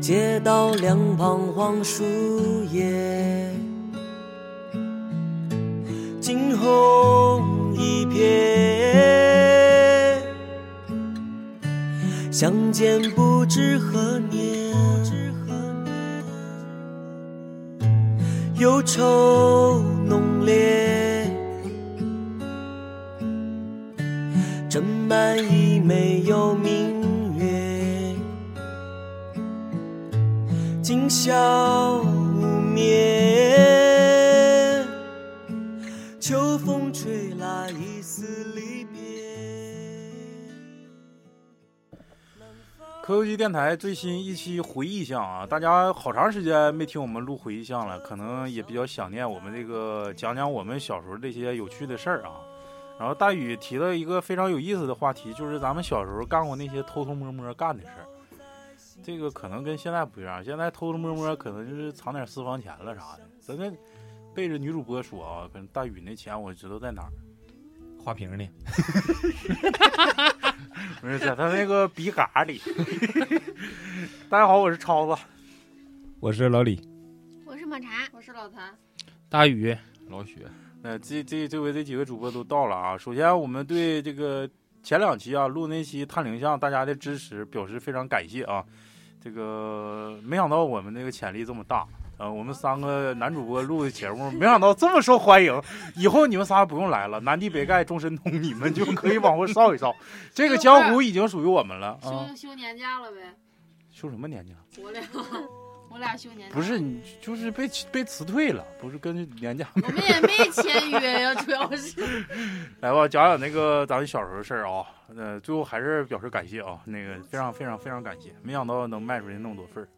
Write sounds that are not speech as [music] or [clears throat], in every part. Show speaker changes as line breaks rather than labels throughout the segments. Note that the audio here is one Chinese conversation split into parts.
街道两旁黄树叶，惊鸿一瞥，相见不知何年，忧愁浓烈，斟满一杯有明月。今宵无眠，秋风吹来一丝离别。
科技电台最新一期回忆项啊，大家好长时间没听我们录回忆项了，可能也比较想念我们这个讲讲我们小时候这些有趣的事儿啊。然后大宇提了一个非常有意思的话题，就是咱们小时候干过那些偷偷摸摸干的事儿。这个可能跟现在不一样，现在偷偷摸摸可能就是藏点私房钱了啥的。咱们背着女主播说啊，可能大宇那钱我知道在哪儿，
花瓶里，
[laughs] 不是在他那个笔杆里。大家好，我是超子。
我是老李，
我是抹茶，
我是老谭，
大宇，
老许，
那呃这这这回这几个主播都到了啊。首先，我们对这个前两期啊录那期探灵像大家的支持表示非常感谢啊。这个没想到我们那个潜力这么大，呃，我们三个男主播录的节目，没想到这么受欢迎。以后你们仨不用来了，南帝北丐中神通，你们就可以往后稍一稍。这个江湖已经属于我们了啊！
休休年假了呗，
休什么年假？[laughs]
我俩我俩休年假，
不是，你就是被被辞退了，不是跟年假
我们也没签约呀，主要是
[laughs] 来吧，讲讲那个咱们小时候的事儿啊。呃，最后还是表示感谢啊，那个非常非常非常感谢，没想到能卖出去那么多份儿。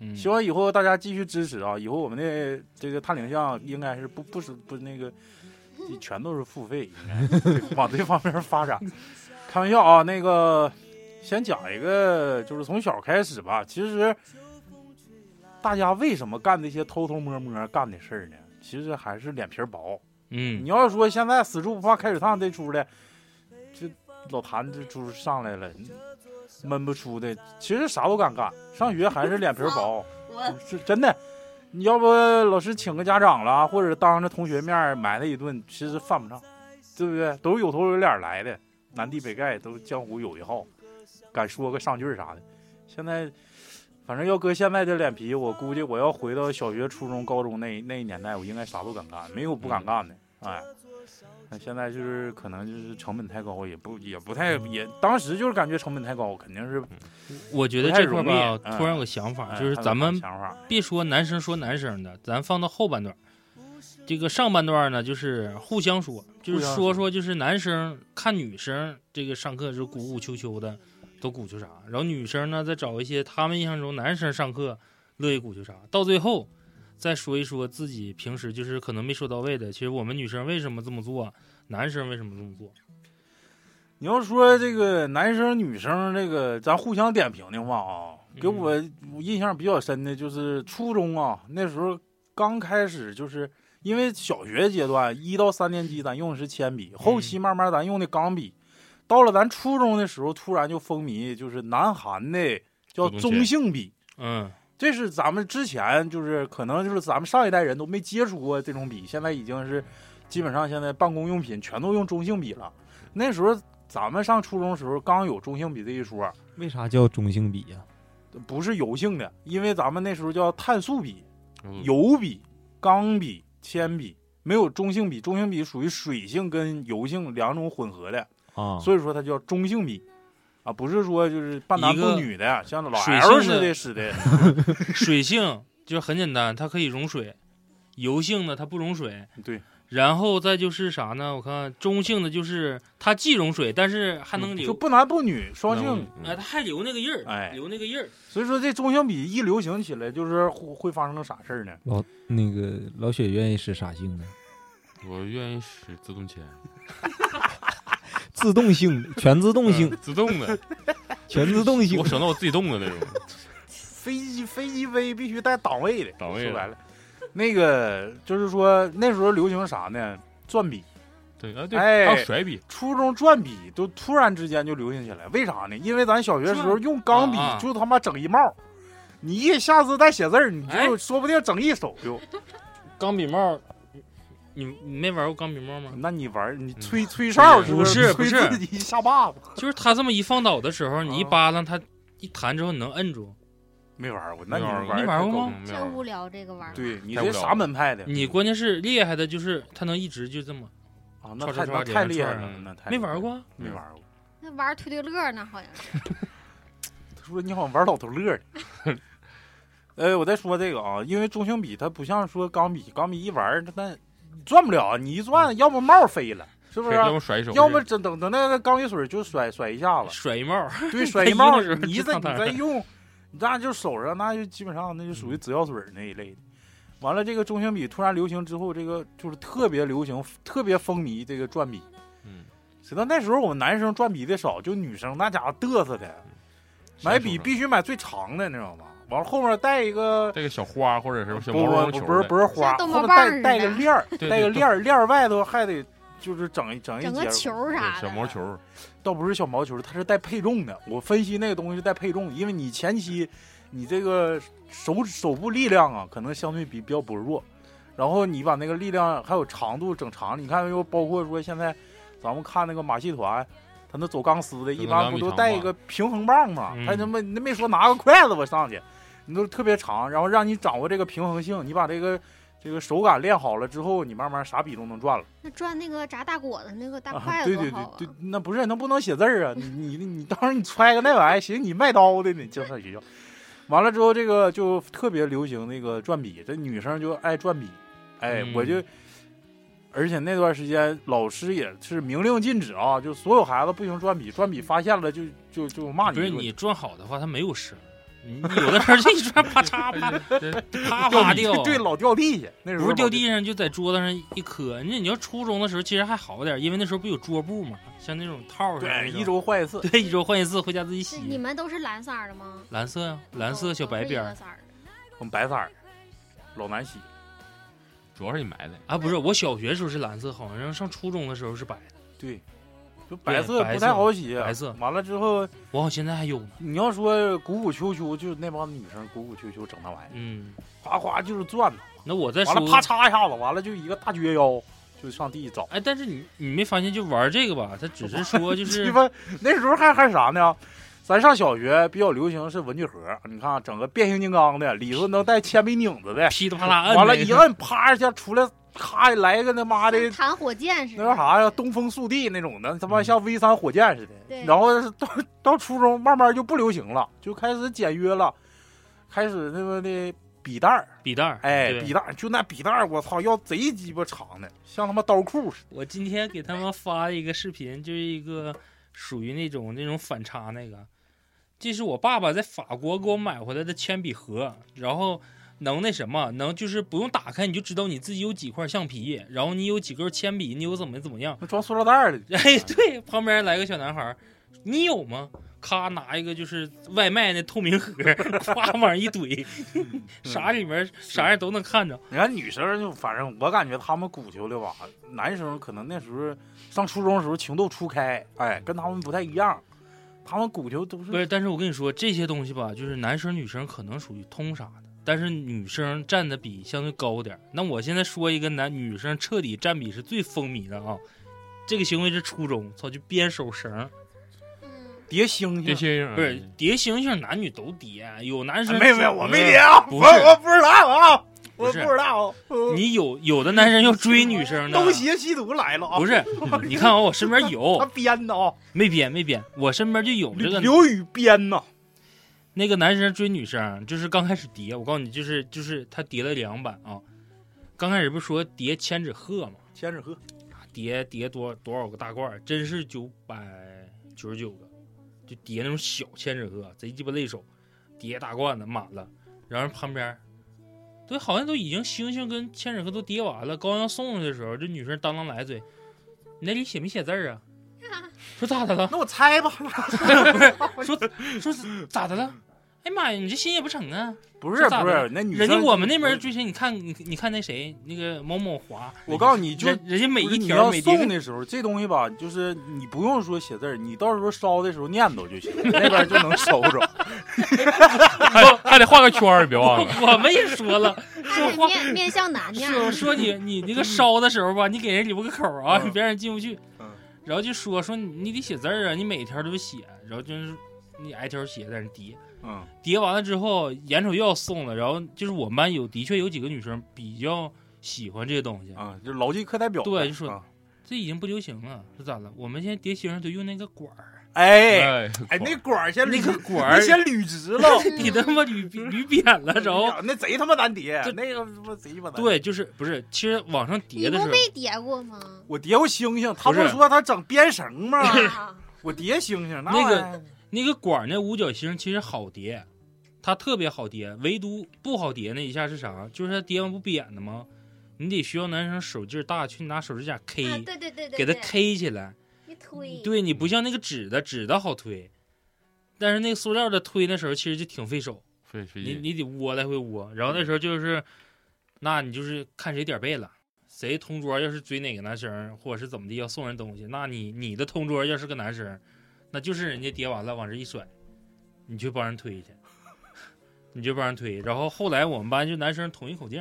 嗯
希望以后大家继续支持啊，以后我们的这个探灵像应该是不不是不那个，全都是付费，应该对往这方面发展。开玩笑啊，那个先讲一个，就是从小开始吧。其实大家为什么干那些偷偷摸摸干的事儿呢？其实还是脸皮儿薄。
嗯
你，要说现在死猪不怕开水烫这出来，这老谭这出上来了，闷不出的。其实啥都敢干，上学还是脸皮薄，
嗯
我
是真的。你要不老师请个家长了，或者当着同学面埋汰一顿，其实犯不上，对不对？都是有头有脸来的，南帝北丐都江湖有一号，敢说个上句儿啥的。现在，反正要搁现在这脸皮，我估计我要回到小学、初中、高中那那一年代，我应该啥都敢干，没有不敢
嗯
干的。哎，那现在就是可能就是成本太高，也不也不太也，当时就是感觉成本太高，肯定是
我觉得这块儿吧，突然有个想法，
哎
嗯就是
还有
咱们
想法，
别说男生说男生的，咱放到后半段儿。这个上半段儿呢，就是互相说，就是
互相
说说，就是男生看女生这个上课是鼓鼓秋秋的，都鼓秋啥，然后女生呢再找一些他们印象中男生上课乐意鼓秋啥，到最后再说一说自己平时就是可能没说到位的，其实我们女生为什么这么做，男生为什么这么做，
你要说这个男生女生这个，咱互相点评的话啊，给我我印象比较深的就是初中啊，那时候刚开始就是因为小学阶段一到三年级咱用的是铅笔，后期慢慢咱用的钢笔，到了咱初中的时候，突然就风靡就是南韩的叫
主动
中
铅
性笔，
嗯，
这是咱们之前就是可能就是咱们上一代人都没接触过这种笔，现在已经是基本上现在办公用品全都用中性笔了。那时候咱们上初中的时候刚有中性笔这一说，
为啥叫中性笔呀？
不是油性的，因为咱们那时候叫碳素笔、
嗯
油笔、钢笔、铅笔，没有中性笔。中性笔属于水性跟油性两种混合的，
啊，
所以说它叫中性笔。啊，不是说就是半男
一
不
个
女的，像老
水
L
性
似
的
的似的，
[laughs] 水性就是很简单，它可以溶水；油性的它不溶水。
对，
然后再就是啥呢？我看中性的就是它既溶水，但是还
嗯
能
就
留，
不男不女，双性
嗯
哎，它还留那个印儿，
哎
留那个印儿。
所以说这中性笔一流行起来，就是会会发生啥事儿呢？
那个老雪愿意使啥性的？
我愿意使自动铅，
自动性的，全自动性，
嗯自动的，
全自动性
我。省得我自己动的那种。
[laughs]
飞机飞机飞必须带档位的，
档位的
说白了，那个就是说那时候流行啥呢？转笔，
对啊，对，
哎
还有甩笔，
初中转笔都突然之间就流行起来，为啥呢？因为咱小学时候用钢笔
转啊
就他妈整一帽儿，你一下子再写字儿，你
哎
就说不定整一手就。
钢笔帽，你你没玩过钢笔帽吗？
那你玩儿你吹吹哨是是？
不
吹
是不
自
是
己一下巴子，
就是他这么一放倒的时候，你一
啊
扒拉它一弹之后，你能摁住。
没玩儿过，那
没
你
玩儿
们
过
儿
你玩儿
太
过
高
吗
明了
妙
真无聊这个玩意儿。
对你
太无
这
聊
啥
了
门派的？
你关键是厉害的就是它能一直就这么，
啊，那
吵
太
吵吵
那太
连
厉害
串
了
儿，
那太
没
厉害
玩
了，
过啊。
没玩儿过。
那玩推推乐呢，好像是。
他说你好像玩老头乐儿的。 [laughs] 呃，我再说这个啊，因为中性笔它不像说钢笔，钢笔一玩儿那转不了，你一
嗯
转，要么帽儿飞了，是不是？
啊
啊
要么甩手，
要么整等等那个钢笔水就甩甩一下子，
甩一帽，
对，甩一
用
帽
的
儿
时候，
你
就
再
上
你
当
再
了嗯
用，那就手上那就基本上那就属于紫药水儿那一类的。完了，这个中性笔突然流行之后，这个就是特别流行、特别风靡这个转笔。
嗯，
直到那时候我们男生转笔的少，就女生那家伙嘚瑟的，买笔必须买最长的，你知道吗？完了后面带一个
带个小花或者
不
是小
不
毛绒
不
球
不是
的
不是花，
像逗
后
猫
面
棒
带
儿似
带个
的
链儿，
对
带个
对
链儿，链儿外头还得就是整一哎整一
整个
节
球儿啥的，
小毛球，
倒不是小毛球，它是带配重的。我分析那个东西是带配重的，因为你前期你这个手手部力量啊，可能相对比比较薄弱，然后你把那个力量还有长度整长了，你看又包括说现在咱们看那个马戏团。他那走钢丝的，
就
一
那
般
两
不
米
都
长
带
嘛
一个平衡棒吗？
嗯
他他妈那没说拿个筷子我上去，你都特别长，然后让你掌握这个平衡性，你把这个这个手感练好了之后，你慢慢啥笔都能转了。
那转那个炸大果子那个大
啊，
筷
对
子
对
多
对
好啊！
对，那不是那不能写字儿啊！你你你当时你揣个那玩意儿，寻思你卖刀的呢，你上学校。完了之后，这个就特别流行那个转笔，这女生就爱转笔。哎，
嗯
我就，而且那段时间老师也是明令禁止啊，就所有孩子不行转笔，转笔发现了就就就骂你
[laughs] 不
一
是
顿。
你转好的话，它没有声儿。你你有的时候就一转， [laughs] 啪嚓啪啪
掉
啪
地
掉，
对，老掉地下，那时候
不是掉
老
地上就在桌子上一磕。那你要初中的时候其实还好点儿，因为那时候不有桌布嘛，像那种套儿似的
对
那
一
种，
周换一次。
[laughs] 对一周换一次，回家自己
这你
洗。
们都是蓝色儿的吗？
蓝色呀，蓝
哦
色小白边
都是一个
儿
色儿的
我们白色儿，老难洗。
主要是你埋的，
啊，不是我小学时候是蓝色，好像上初中的时候是白的。
对，就白
对
色
白
不
色
太好洗。
白色
完了之后。
我好像现在还有呢。
你要说鼓鼓秋秋，就是那帮女生鼓鼓秋秋整那玩意儿，
嗯，
哗哗就是转呐，
那我再说
完了啪嚓一下子，完了就一个大撅腰就上地找。
哎，但是你你没发现就玩这个吧？他只是说就
鸡
是
巴那时候还还啥呢？咱上小学比较流行是文具盒，你看整个变形金刚的，里头能带铅笔拧子的，
噼里啪啦摁。
完了一，摁啪一下出来，咔来个他妈
[laughs]
的
像弹火箭似的。
那叫啥呀？东风速递那种的，他妈
嗯
像 V 三火箭似的。
对
然后是到到初中慢慢就不流行了，就开始简约了，开始那个那笔袋儿，
笔袋儿，
哎，
对
笔袋儿就那笔袋儿，我操，要贼鸡巴长的，像他妈刀裤似的。
我今天给他们发一个视频，就是一个属于那种那种反差那个，这是我爸爸在法国给我买回来的铅笔盒，然后能那什么，能就是不用打开你就知道你自己有几块橡皮，然后你有几根铅笔，你有怎么怎么样。 [laughs]
那装塑料袋儿的，
哎，对，旁边来个小男孩儿，你有吗？咔，拿一个就是外卖那透明盒 [laughs] 儿，夸往上一怼， [laughs] 啥里面啥样都能看着。
你看女生就反正我感觉他们鼓球的吧，男生可能那时候上初中的时候情窦初开，哎，跟他们不太一样，他们鼓球都
不
是
是，但是我跟你说这些东西吧，就是男生女生可能属于通杀的，但是女生占的比相对高点儿。那我现在说一个男女生彻底占比是最风靡的啊，这个行为是初中，操，就编手绳儿，
嗯，
叠星
这
星。
些嗯人
不是叠星星，男女都叠，有男生
嗯啊没有没有，我没叠啊，
不
我
是
我不知道啊，我
不是
知道。啊我
你有有的男生要追女生的，
东邪西毒来了啊！ [laughs]
不是，你看啊，我身边
他 [laughs]
有，
编的啊，
没编没编，我身边就有这
刘
个
刘宇编呐，
那个男生追女生，就是刚开始叠，我告诉你，就是就是他叠了两版啊。刚开始不是说叠千纸鹤吗？
千纸鹤
叠叠多多少个大罐儿，真是九百九十九个，就叠那种小千纸鹤，贼鸡巴累手，叠大罐子满了，然后旁边儿，对，好像都已经星星跟千纸鹤都叠完了，刚要送过去的时候，这女生当当来嘴，你那里写没写字儿啊？说咋的了？
那我猜
[laughs]
吧，
不是，说说咋的了？哎妈呀，你这心也不成啊！
不
这
是 [laughs]
咋
不
的
是，那女
人家
生
我们那边追星，你看你你看那谁那个某某华，
我告诉你，就
人人家每
不是
一
你
条
要
每
送
叠
的时候，这东西吧，就是你不用说
[laughs]
写字儿，你到时候烧的时候念叨就行，那边就能收着。
还
还得画个圈儿，别忘了。
[laughs] 我们也说了，
还
说
得
话
面面向男的呀，
说说你
[laughs]
你那个烧的时候吧，你给人留个口儿啊，
嗯
你别让人进不去
嗯。
然后就说说你你得写字儿啊，你每条都写，然后就是你挨条写在那叠，
嗯
叠完了之后眼瞅又要送了，然后就是我们班有的确有几个女生比较喜欢这些东西，
啊，就牢记课代表呗。
对就说
啊
这已经不流行了，是咋了？我们现在叠星都用那个管儿，
[laughs] 哎
哎
哎，那管儿先捋
嗯那个管
那
儿
先捋直
[laughs]
了，
嗯
你他妈
[laughs]
捋捋扁了，然后
那贼他妈难叠
哦这，
那个他妈贼鸡巴难。，
对，就是不是？其实往上叠
你
的
不
时候，
没叠过吗？
我叠过星星，他
不是
不说他整编绳吗？
[laughs]
啊
我叠星星，
那个
玩意儿
那个管儿那五角星其实好叠，它特别好叠，唯独不好叠那一下是啥？就是它叠完不扁的吗？你得需要男生手劲儿大，去拿手指甲 K，、
啊对对对对，
给它
对
K 起来。
一推，
对你不像那个纸的，纸的好推，但是那个塑料的推那时候其实就挺费手，
费费
你
劲，
你得窝来回窝。然后那时候就是，那你就是看谁点儿背了。谁同桌要是追哪个男生，或者是怎么的要送人东西，那你你的同桌要是个男生，那就是人家叠完了往这一甩，你去帮人推去， [laughs] 你就帮人推。然后后来我们班就男生统一口径，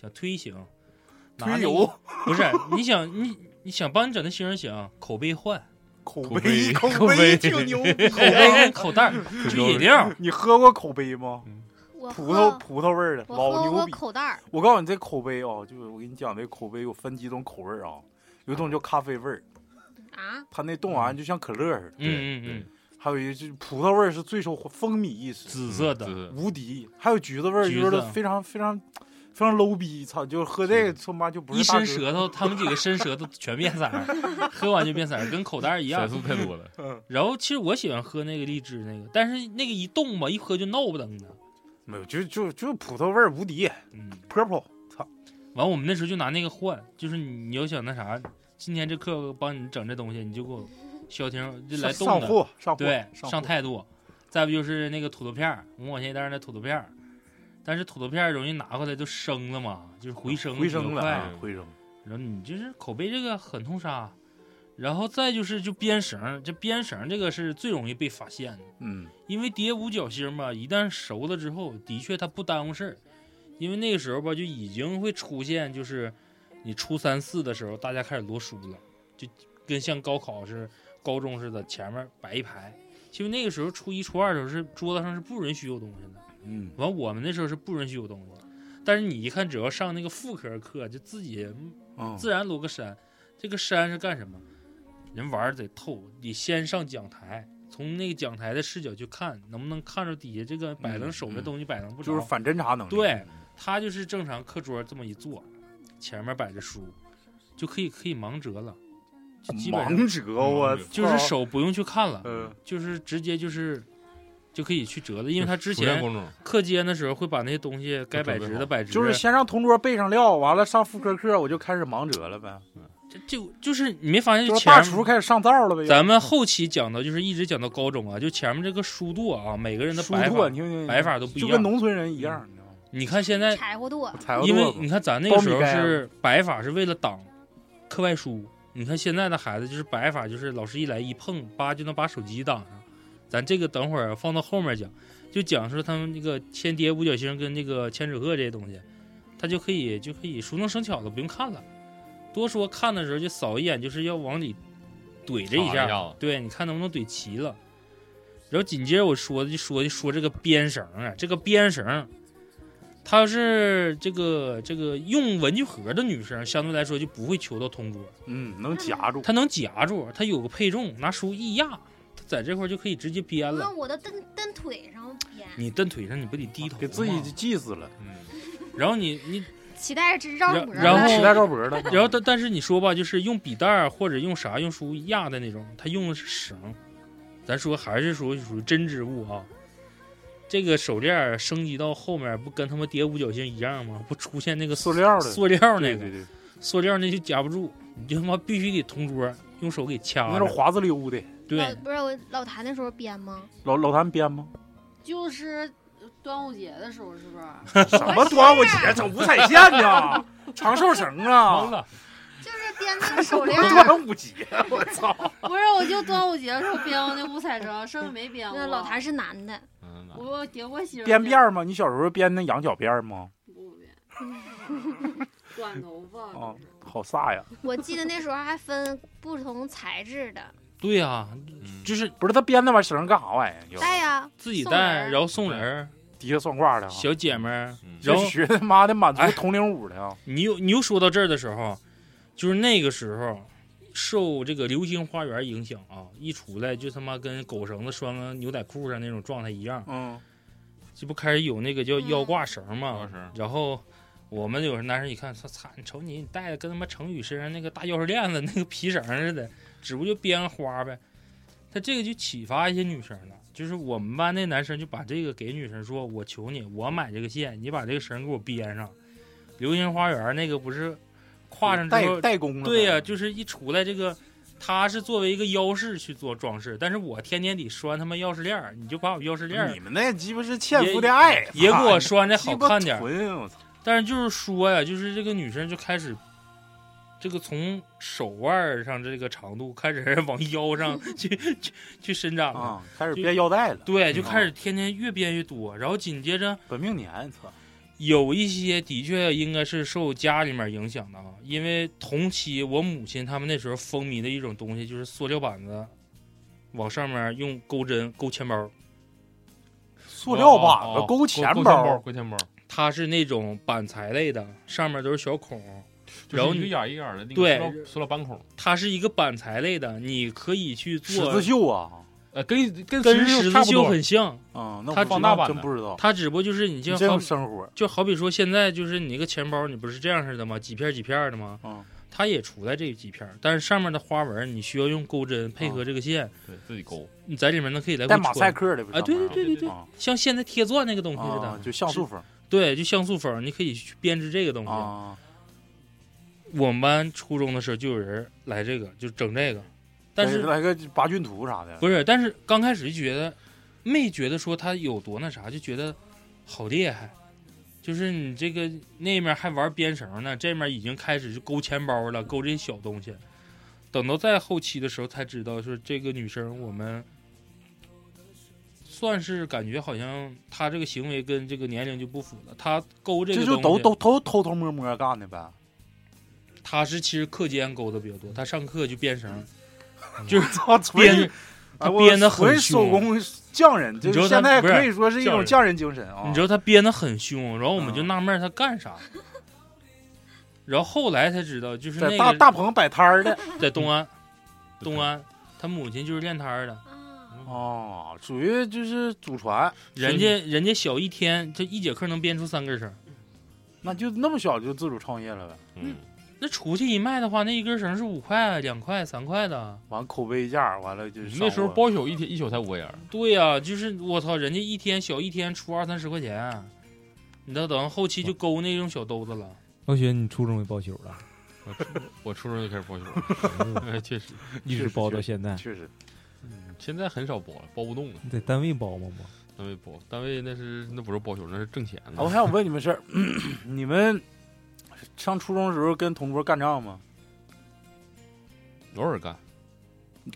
想推行，拿那
推
个
油
不是你想你你想帮你整那星人行，口
[laughs]
碑换，
口
碑
口
口
碑
碑
挺
[laughs]
牛逼
口碑
啊。
跟口袋儿
[laughs]
口
就
标
饮料，
你喝过口碑吗？
嗯
我
葡萄
喝
葡萄味儿的，
我
老
喝
牛
过
逼。
口袋儿，
我告诉你，这口碑啊、就是我跟你讲，这口碑有分几种口味儿啊，有一种叫咖啡味儿，
啊，
它那冻完就像可乐似的；
嗯嗯嗯，
还有一就是葡萄味儿是最受欢风靡一时，
紫色的，
的，
无敌；还有橘子味儿，就
橘子
是非常非常非常 low 逼，操，就是喝这个他妈就不
一
是大
伸
哥。
舌头，他们几个伸舌头全变色儿， [laughs] 喝完就变色儿，跟口袋儿一样
闪。速太
[laughs]
多了。
然后其实我喜欢喝那个荔枝那个，但是那个一冻吧，一喝就闹不登的。
没有，就就就葡萄味儿无敌
嗯，
，purple，操，
完我们那时候就拿那个换，就是你你要想那啥，今天这课帮你整这东西，你就给我消停就来
上上
冻的，
货上货，
对，
上
上
货
态度。再不就是那个土豆片儿，五毛钱一袋儿那土豆片儿，但是土豆片儿容易拿回来就生了嘛，就是回生
回升了
快。
啊，
嗯
回升。
然后你就是口碑这个很痛杀，然后再就是就编绳儿，这编绳儿这个是最容易被发现的。
嗯，
因为叠五角星吧，一旦熟了之后，的确它不耽误事儿，因为那个时候吧，就已经会出现，就是你初三四的时候，大家开始摞书了，就跟像高考是高中似的，前面摆一排。其实那个时候初一初二的时候是桌子上是不允许有东西的，
嗯，
完我们那时候是不允许有东西的，但是你一看，只要上那个副科课，就自己
嗯
自然摞个山。这个山是干什么？人玩儿得透，你先上讲台，从那个讲台的视角去看，能不能看着底下这个摆
嗯
能手的
嗯
东西摆能不着？
就是嗯反侦查能力。
对，他就是正常课桌这么一坐，前面摆着书，就可以可以盲折了，就基本上
盲折，我
嗯
操
就是，手不用去看了，
嗯
就是直接就是就可以去折了，因为他之
熟练
前
工种，
课间的时候会把那些东西该摆直
准备
的
好
摆直，
就是先让同桌备上料，完了上副科课我就开始盲折了呗，
这就就是你没发现
就是
前
大
面
厨开始上灶了呗。
咱们后期讲到，就是一直讲到高中啊，就前面这个书垛啊，每个人的
书
摆
拓，
法
你听听，
摆法都不一
就跟
样。
农村人一样，你知道吗？
你看现在，
柴火垛，
踩个
因为
垛
你
子，
看咱那个时
苞
候
米盖啊
是摆法是为了挡课外书，你看现在的孩子就是摆法就是老师一来一碰，叭就能把手机挡上。咱这个等会儿放到后面讲，就讲说他们那个千叠五角星跟那个千纸鹤这些东西，他就可以就可以熟能生巧了，不用看了。多说看的时候就扫一眼，就是要往里怼这一
查
下
一下子
对，你看能不能怼齐了。然后紧接着我说的就说就说这个编绳啊，这个编绳，它要是这个这个用文具盒的女生，相对来说就不会求到同桌，
嗯，能夹住。
她能夹住，她有个配重，拿书一压，她在这块儿就可以直接编
那
了。
我都蹬蹬腿上编，
你蹬腿上，你不得低头
给自
吗
己记死了，
嗯，
然后你你，
脐带是绕脖的，
然后
脐带绕脖了。
然后但但是你说吧，就是用笔袋儿或者用啥用书压的那种，她用的是绳，咱说还是属于属于针织物啊。这个手链儿升级到后面，不跟他妈叠五角星一样吗？不出现那个
塑料的，
塑料那个，
对对对，
塑料那就夹不住，你就他妈必须得同桌用手给掐
那种
着。
华子溜的。
老
对，
不是我老谭那时候编吗？
老老谭编吗？
就是端午节的时候，是不 [laughs] 是？
什么端午节整五彩线呢？ [laughs] 长寿绳
完
啊！
了，
就是编 [laughs] 那个手链儿，
端午节，我操！
不是，我就端午节的时候编过那五彩绳，剩下没编过。
那老谭是男的，
嗯，
我给我媳妇
编辫儿吗？你小时候编那羊角辫儿吗？
不编， [laughs] 短头发
啊
都是。
好飒呀！
我记得那时候还分不同材质的，
对啊呀、
嗯
就是
不是他编那玩意儿绳儿干啥玩意儿？就
戴呀，
自己
送人
带，
儿
然后送人儿，
底下算卦的啊，
小姐们儿。
嗯
然
就
后
学他妈的满
哎
族铜陵舞的啊！
你又你又说到这儿的时候，就是那个时候受这个《流星花园》影响啊，一出来就他妈跟狗绳子拴个牛仔裤上那种状态一样，
嗯，
这不开始有那个叫
嗯
腰挂绳
腰
嘛
挂绳？
然后我们有时候男生一看，操操，你瞅你戴的跟他妈成语身上那个大钥匙链子那个皮绳似的，只不过就编个花呗。他这个就启发一些女生了，就是我们班那男生就把这个给女生说：“我求你，我买这个线，你把这个绳给我编上。”流星花园那个不是挎上之
代
后，
代工了呗。
对呀、就是一出来这个，他是作为一个腰饰去做装饰，但是我天天得拴他妈钥匙链儿，你就把我钥匙链儿
你们那鸡巴是纤夫的爱，
也给
操
我拴的好看点
鸡
儿
巴。臀我操！
但是就是说呀，就是这个女生就开始，这个从手腕儿上这个长度开始往腰上 [laughs] 去去去伸展了。
啊，开始
就
编腰带了。
对，就开始天天越编越多，然后紧接着
本命年，操！
有一些的确应该是受家里面影响的啊，因为同期我母亲他们那时候风靡的一种东西就是塑料板子，往上面用钩针钩钱包，
塑料板
哦哦
子
哦
勾
钱
钱
包，勾钱包，
它是那种板材类的，上面都是小孔，
就
然后
是一个
你
眼一个眼的那个
对
塑料塑料板孔，
它是一个板材类的，你可以去
十字
做，
绣啊，
呃，跟跟
跟
十
十
字差
字
不
绣
多，
很像，
嗯，那我
它
不知
放大
道
版
真
的
不知道，
它只不过就是你
你
就
真
好
有生活，
就好比说现在就是你那个钱包，你不是这样似的吗？几片儿几片儿的吗？
嗯，
它也出来这几片儿，但是上面的花纹你需要用钩针配合这个线，
对自己勾，
你在里面呢可以来
啊带
回
马赛
穿，
克的不是
啊对对
上
对对
面
对
啊
像现在贴钻那个东西似的，
啊就像素风
对，就像素风，你可以去编织这个东西。
啊，
我们班初中的时候就有人来这个，就整这个，但是
来个八骏图啥的，
不是，但是刚开始就觉得没觉得说它有多那啥，就觉得好厉害。就是你这个那面还玩编绳呢，这面已经开始就勾钱包了，勾这些小东西。等到再后期的时候才知道，说这个女生我们算是感觉好像她这个行为跟这个年龄就不符了。她勾这
这
个
就
东
都
西，
都都偷偷摸摸干的呗。
她是其实课间勾的比较多，她上课就编绳，
嗯操，哎
编
纯
他编得很
纯手
凶啊
工匠人，就
你知道
现
他
在
不是
可以说是一
匠
种
人
匠人精神啊。
你知道他编得很凶，然后我们就
嗯
纳闷儿他
[laughs]
干啥，然后后来才知道，就是那
在
个
大大棚摆摊儿的
在东安，东安，他母亲就是练摊儿的，
啊，
哦，属于就是祖传，
人家人家小一天，这一节课能编出三根绳儿，
那就那么小就自主创业了呗。
嗯，
那出去一卖的话，那一根绳儿是五块、啊两块、三块的，
完口碑价，完了就
那
上
时候
货
包宿一天一宿才五块钱儿，
对呀、就是我操，人家一天小一天出二三十块钱，你到等后期就勾那种小兜子了。
[laughs] 老雪，你初中也报宿啊了，
我初我初中就开始包宿了，
[laughs]
哎确实，
一直包到现在，
确实
现在很少包了，包不动了，
你在单位包吗？不，
单位包，单位那是那不是包宿，那是挣钱
啊，我还
的，
想问你们事儿， [clears throat] 你们上初中的时候跟同桌干仗吗？
偶尔干，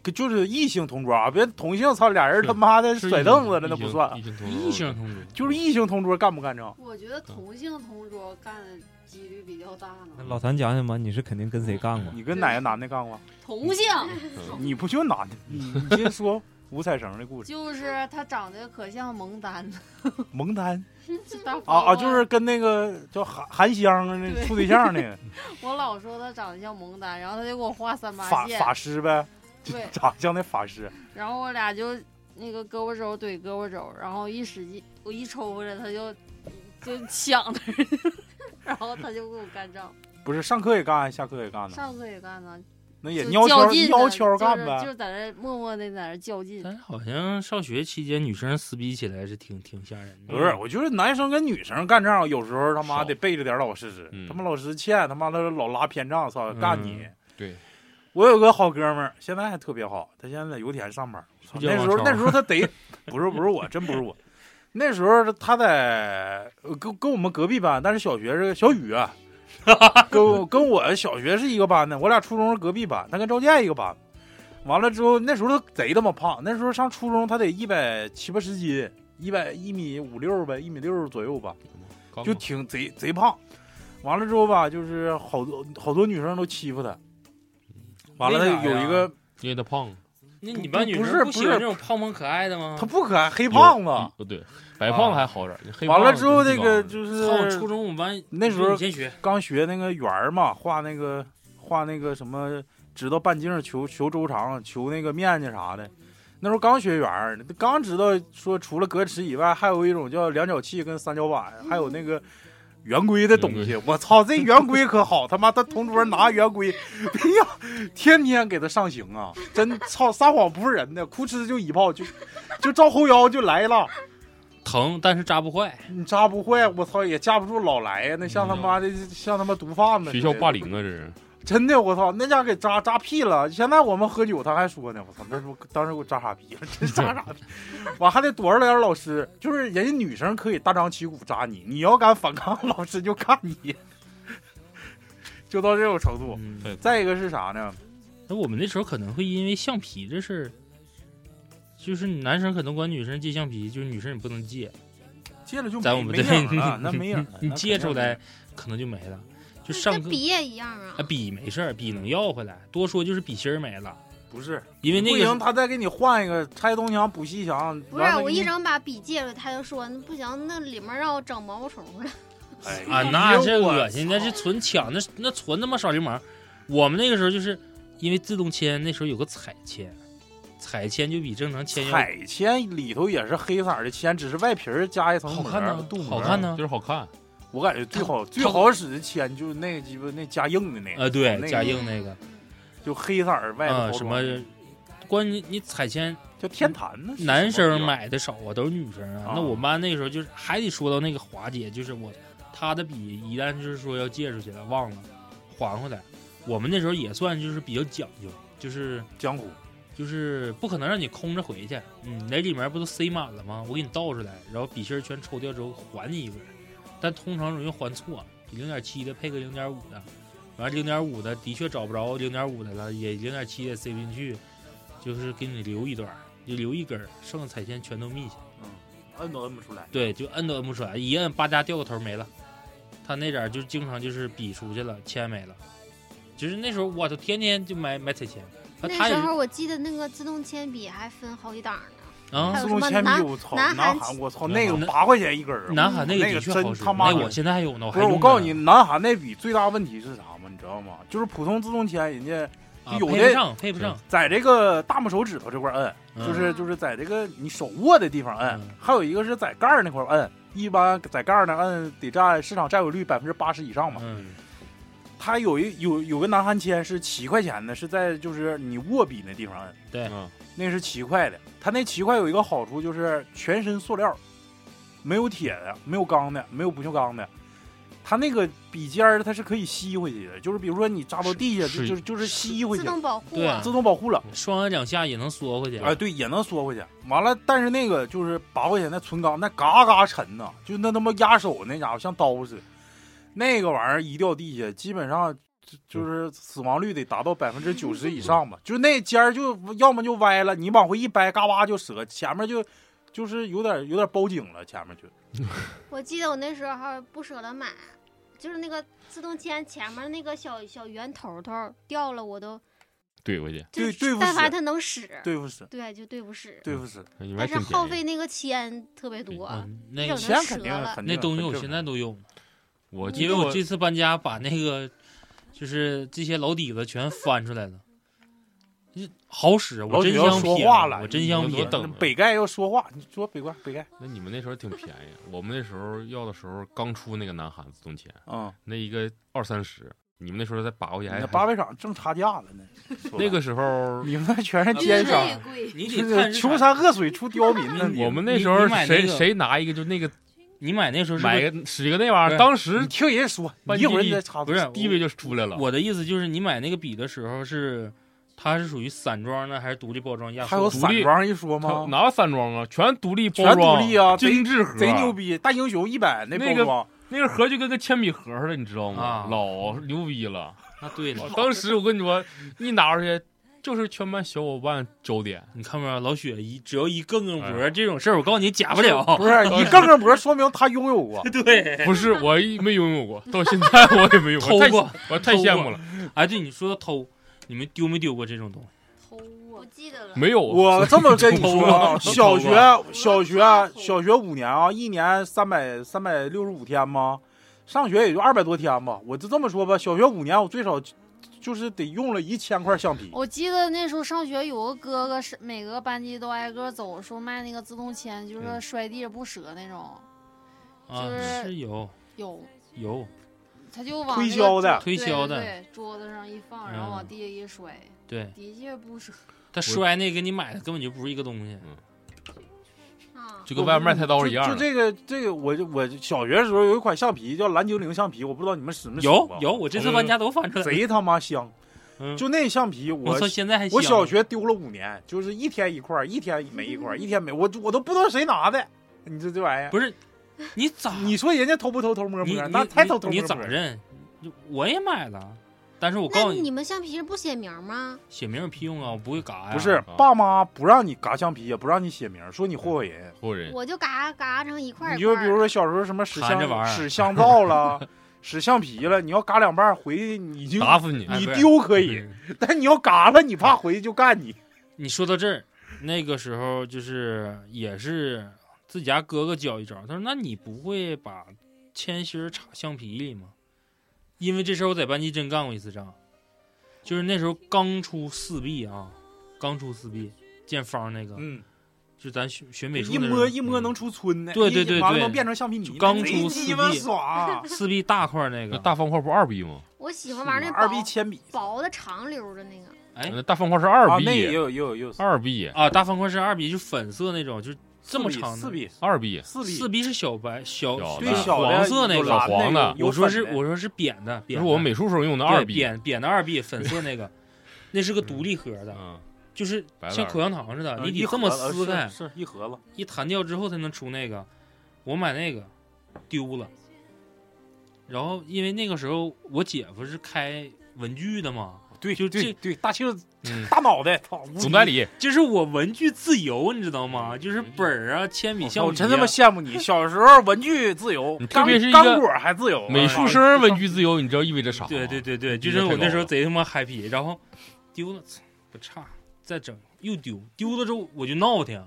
跟就是异性同桌啊，别同性，操，俩人
是
他妈的
是
甩
异性
凳子了，
异
那不
性
算
异，性
异
同桌
性同桌
就是异性同桌干不干仗？
我觉得同性同桌干的几率比较大呢。
老谭讲讲吧，你是肯定跟谁干过？
你跟哪个男的干过？
同性
[laughs]
嗯
你不就男的？你你先说五彩绳的故事，
就是他长得可像蒙丹了， [laughs]
蒙丹
大
啊
黄瓜
啊，就是跟那个叫韩韩香啊那
哦对
处对象
[laughs]
那个
我老说他长得像蒙丹，然后他就给我画三八
法
线，
法师呗，
对，
长相那法师，
然后我俩就那个胳膊肘怼胳膊肘，然后一使劲，我一抽回来，他就就抢他， [laughs] 然后他就跟我干仗，
不是上课也干，下课也干呢，
上课也干呢，
那嗯也
就
悄
较
悄
劲
悄
呢
悄干
就是，就
呗。
是在那默默的在那较劲，
咱好像上学期间女生撕逼起来是挺挺吓人的，嗯
不是，我觉得男生跟女生干仗，有时候他妈
少
得背着点老师，
嗯
他妈老师欠，他妈他老拉偏仗，操，干你
嗯！
对，
我有个好哥们儿，现在还特别好，他现在在油田上班。操
不叫
那时候
王超
那时候他得，不是不是我，真不是我。那时候他在呃跟跟我们隔壁班，但是小学是小雨啊，跟我跟我小学是一个班的，我俩初中是隔壁班，他跟赵健一个班。完了之后，那时候他贼他妈胖，那时候上初中他得一百七八十斤，一百一米五六呗，一米六左右吧，
刚
就
嘛
挺贼贼胖。完了之后吧，就是好多好多女生都欺负他。完了，
为啥
他有
呀
一个
因为他胖，
那你班女
不
生
是
喜欢
不是
这种胖胖可爱的吗？
他不可爱，黑胖子。
不呃对，白胖子还好点儿，嗯黑
完
胖
了
子
之后，
真
那
是
个
高
就
操！我初
是
中我们班
那时候
你先学，
刚学那个圆儿嘛，画那个画那个什么，知道半径，求求周长，求那个面积啥的。那时候刚学圆儿，刚知道说除了格尺以外，还有一种叫量角器跟三角板，还有那个圆规的东西。我操，这圆规可好，他妈他同桌拿圆规，哎呀，天天给他上刑啊！真操，撒谎不是人的，哭哧就一炮就就照后腰就来了。
疼但是扎不坏。
你扎不坏，我操，也架不住老来呀，那像他妈的，像他妈毒贩子。
嗯学校霸凌啊，这是
真的，我操，那家给扎扎屁了。现在我们喝酒，他还说呢，我操，那时候当时给我扎傻逼了， [laughs] 真扎傻
[laughs]
逼。我还得躲着点老师，就是人家女生可以大张旗鼓扎你，你要敢反抗，老师就干你，就到这种程度。
嗯
对
再一个是啥呢？
那我们那时候可能会因为橡皮这事儿，就是男生可能管女生借橡皮，就是女生也不能借，
戒了就
在我
没
们
没
这
影儿了，那没影儿了。
[laughs] 你借出
那
来
肯定
可能就没了。就上
跟
课
笔也一样啊
啊，。笔没事儿，笔能要回来。多说就是笔芯儿没了，
不是，
因为
不
那
行，
个
他再给你换一个拆东墙补西墙。
不是
完了，
我
给你
一整把笔借了，他就说那不行，那里面让我整毛毛虫了。
哎
啊，
呦
那这
我
恶心，那
操
是纯抢，那那纯他妈耍流氓。我们那个时候就是因为自动铅，那时候有个彩铅，彩铅就比正常铅要
海鲜里头也是黑色儿的铅，只是外皮儿加一层
好
膜
看
儿
呢
镀膜
好
儿
看呢
就是好看，
我感觉最好最好使的铅就是那鸡巴那加硬的那个，
呃对
那个
加硬那个
就黑色儿外头
啊
包
什么
装，
关于你彩铅
叫天坛呢？是
男
什么
生买的少啊，都是女生啊。
啊
那我们班那时候就是还得说到那个华姐，就是我她的笔一旦就是说要借出去了，忘了还回来。我们那时候也算就是比较讲究，就是
江湖
就是不可能让你空着回去，嗯，那里面不都塞满了吗？我给你倒出来，然后笔芯儿全抽掉之后还你一根儿，但通常容易还错，零点七的配个零点五的，完零点五的的确找不着零点五的了，也零点七也塞不进去，就是给你留一段儿，就留一根儿，剩下彩线全都密下，
摁都摁不出来。
对，就摁都摁不出来，一摁吧嗒掉个头没了。他那点儿就经常就是笔出去了，铅没了，就是那时候我操，天天就买买彩铅，啊
那
他也
时
是
候我记得那个自动铅笔还分好几档呢，
啊
还。
自
有
动
什么
铅笔，
南
我操，
南
南
韩
韩，我操，
南
那
韩
个八块钱一根儿，
南韩那
嗯
个
那
的
个
确
真
好使，
他妈
那
恶
我
心
现在还有呢，我
不是，
还用
我
着
告诉
呢
你，南韩那笔最大问题是啥吗？你知道吗？就是普通自动铅，人家
啊
有
配不
的
上，配不上，
在这个大拇手指头这块儿摁，
嗯
就是就是在这个你手握的地方摁
嗯，
还有一个是在盖儿那块儿摁。一般在盖儿那摁得占市场占有率百分之八十以上嘛。
嗯，
它有一有有个南韩签是七块钱的，是在就是你握笔那地方摁，
对
嗯，
那是七块的。它那七块有一个好处就是全身塑料，没有铁的，没有钢的，没有不锈钢的。它那个笔尖儿它是可以吸回去的，就是比如说你扎到地下，就是就是就是吸回
自
去，
动保护
对
啊。
自动保护了。
双压两下也能缩回去。
哎，对，也能缩回去。完了，但是那个就是八块钱的纯钢，那嘎嘎沉呐，就那他妈压手那家伙像刀似的，那个玩意儿一掉地下，基本上就就是死亡率得达到百分之九十以上吧。就那尖儿就要么就歪了，你往回一掰，嘎巴就折，前面就就是有点有点包茎了，前面就
我记得我那时候不舍得买，就是那个自动铅前面那个小小圆头头掉了，我都
怼回去，
就
对对不
但
死
凡它能使，
对付使，
对就对不使。
对付使。
你们还
但是
挺
耗
便宜。
费那个铅特别多，
嗯，那
有的
个
钱肯定
折了
肯定
那东西我
很正
现在都用，
我
因
记
为
得
我这次搬家把那个就是这些老底子全翻出来了，一好使，啊
老
我真
底子要
想
说
撇
话了
我真想
你
撇
们都。等
那北丐要说话，你说北丐北丐，
那你们那时候挺便宜，我们那时候要的时候刚出那个南韩自动铅，
哎
嗯，
那一个二三十，你们那时候才八块钱，还
那八百厂挣差价了呢。
那个
[laughs]
时候
你们那全是
啊
奸
不
商。
是
贵，
你
就
得
是
看
穷
是啥，嗯
山恶水出刁民呢。你
我们那
你
时候
你买
谁
那个
谁拿一个就那个
你买那时候是不
买
是？
个使一个那玩
不是
意儿，当时
你听人家说，
班
一会儿
级
你再插
不是
地位就出来了。
我的意思就是，你买那个笔的时候是，它是属于散装的还是独立包装压
还有
缩？
散装一说
他
吗？
哪有散装啊？全独立包
全独
装，
立啊贼
精致盒，
贼牛！逼，大英雄一百那啊
那
包
个
装，
那个盒就跟个铅笔盒似的，你知道吗？
啊 [laughs]
老牛逼了！
那对了，
当时我跟你说，一拿出去，就是全班小伙伴焦点。
你看没看老雪一只要一更更
哎
脖这种事儿，我告诉你假不了。。
不是一更更脖，说明他拥有过
[laughs] 对，
不是，我一没拥有过， [laughs] 到现在我也没有
偷
太
过。
我太羡慕了。
哎，对，你说到偷，你们丢没丢过这种东西？
偷
不
啊，
记得了。
嗯
没有，
我这么跟你说啊，
偷过
小
偷
学
过
小学小学五年啊，一年三百三百六十五天吗？上学也就二百多天吧。我就这么说吧，小学五年我最少就就是得用了一千块橡皮。
我记得那时候上学有个哥哥是每个班级都挨个走，说卖那个自动铅，就是
嗯
说摔地上不折那种，
啊，
就是
是有
有
有，
他就往
推
那个
销的
桌
推销的嗯
对对对桌子上一放，然后往地下一摔，
对
的确不折。
他摔那跟你买的根本就不是一个东西。
啊，
就跟外面卖菜刀一样
就
的。
就这个这个，我就我小学的时候有一款橡皮叫蓝精灵橡皮，我不知道你们使没使
有
过
有，我这次玩家都翻出来了。
啊贼他妈香！
嗯
就那橡皮，
我
我
操，现在还
我
香
小学丢了五年，就是一天一块儿，一天没一块儿，一天没我我都不知道谁拿的。你这这玩意儿，
不是你咋
你说人家偷不偷偷摸
你
摸？
你
那太偷偷摸摸。
你咋？认？我也买了，但是我告
那
诉你，
你们橡皮是不写名吗？
写名有屁用啊，我嗯不会嘎呀。
不是，爸妈不让你嘎橡皮，也不让你写名，说你祸祸人。
所有人
我就嘎嘎成一块儿
你
一块
就
儿
比如说小时候什么使
含着玩
香
儿
使香皂
[laughs]
了，使橡皮了，你要嘎两半儿回去，你就
打死你！
哎
你
不是
丢可以， [laughs] 但你要嘎了，你怕回去就干你。
你说到这儿，那个时候就是也是自己家哥哥教一招，他说：“那你不会把铅芯儿插橡皮里吗？”因为这事儿我在班级真干过一次仗，就是那时候刚出四 B 啊，刚出四 B 建方那个，
嗯，
就咱学学美术
一
那时候
摸一摸
嗯
能出皴呢，
对
一
对对
完了
对
能变成橡皮泥
就
呢，
刚
贼
出
鸡巴
四 D
爽 [laughs] 啊！
四 B 大块儿那
那
个
大方块不二 B 吗？
我喜欢玩那
二
薄
B 铅笔
薄的长溜儿的那个，
哎
那大方块是
啊
二，
那也
B，
有也有也有
二 B，
啊，大方块是二 B，就粉色那种，就是这么长的
四 B
二 B，
四 B
四 B 是小白小
小
对
的
小的
黄色那
有
个
蓝
黄的
有
我说
粉
是
的
我说是扁的，
这
扁
是
的
我们美术时候用的
对
二 B。
扁扁的二 B 粉色那
[laughs]
个，那是个独立盒的，
嗯，
就是
白的
像口香糖似
啊
的，你得这么撕开，
是是一盒子。
一弹掉之后才能出那个。我买那个丢了，然后因为那个时候我姐夫是开文具的嘛，
对，
就
对
这
对，大庆
嗯
[laughs] 大脑袋，操，无
总
敌
代。理，
这是我文具自由，你知道
嗯
吗？就是本儿啊、铅
哦
笔、
我
橡
操
皮啊、
我真他妈羡慕你，小时候文具自由
你，特
刚
别是一个
刚果还自由，啊
美术生文具自由，你知道意味着啥吗？
哦啊对对对对，就
你这
是
太
我
高
那时候
了
贼他妈 happy，然后丢了，操不差，再整又丢，丢了之后我就闹挺，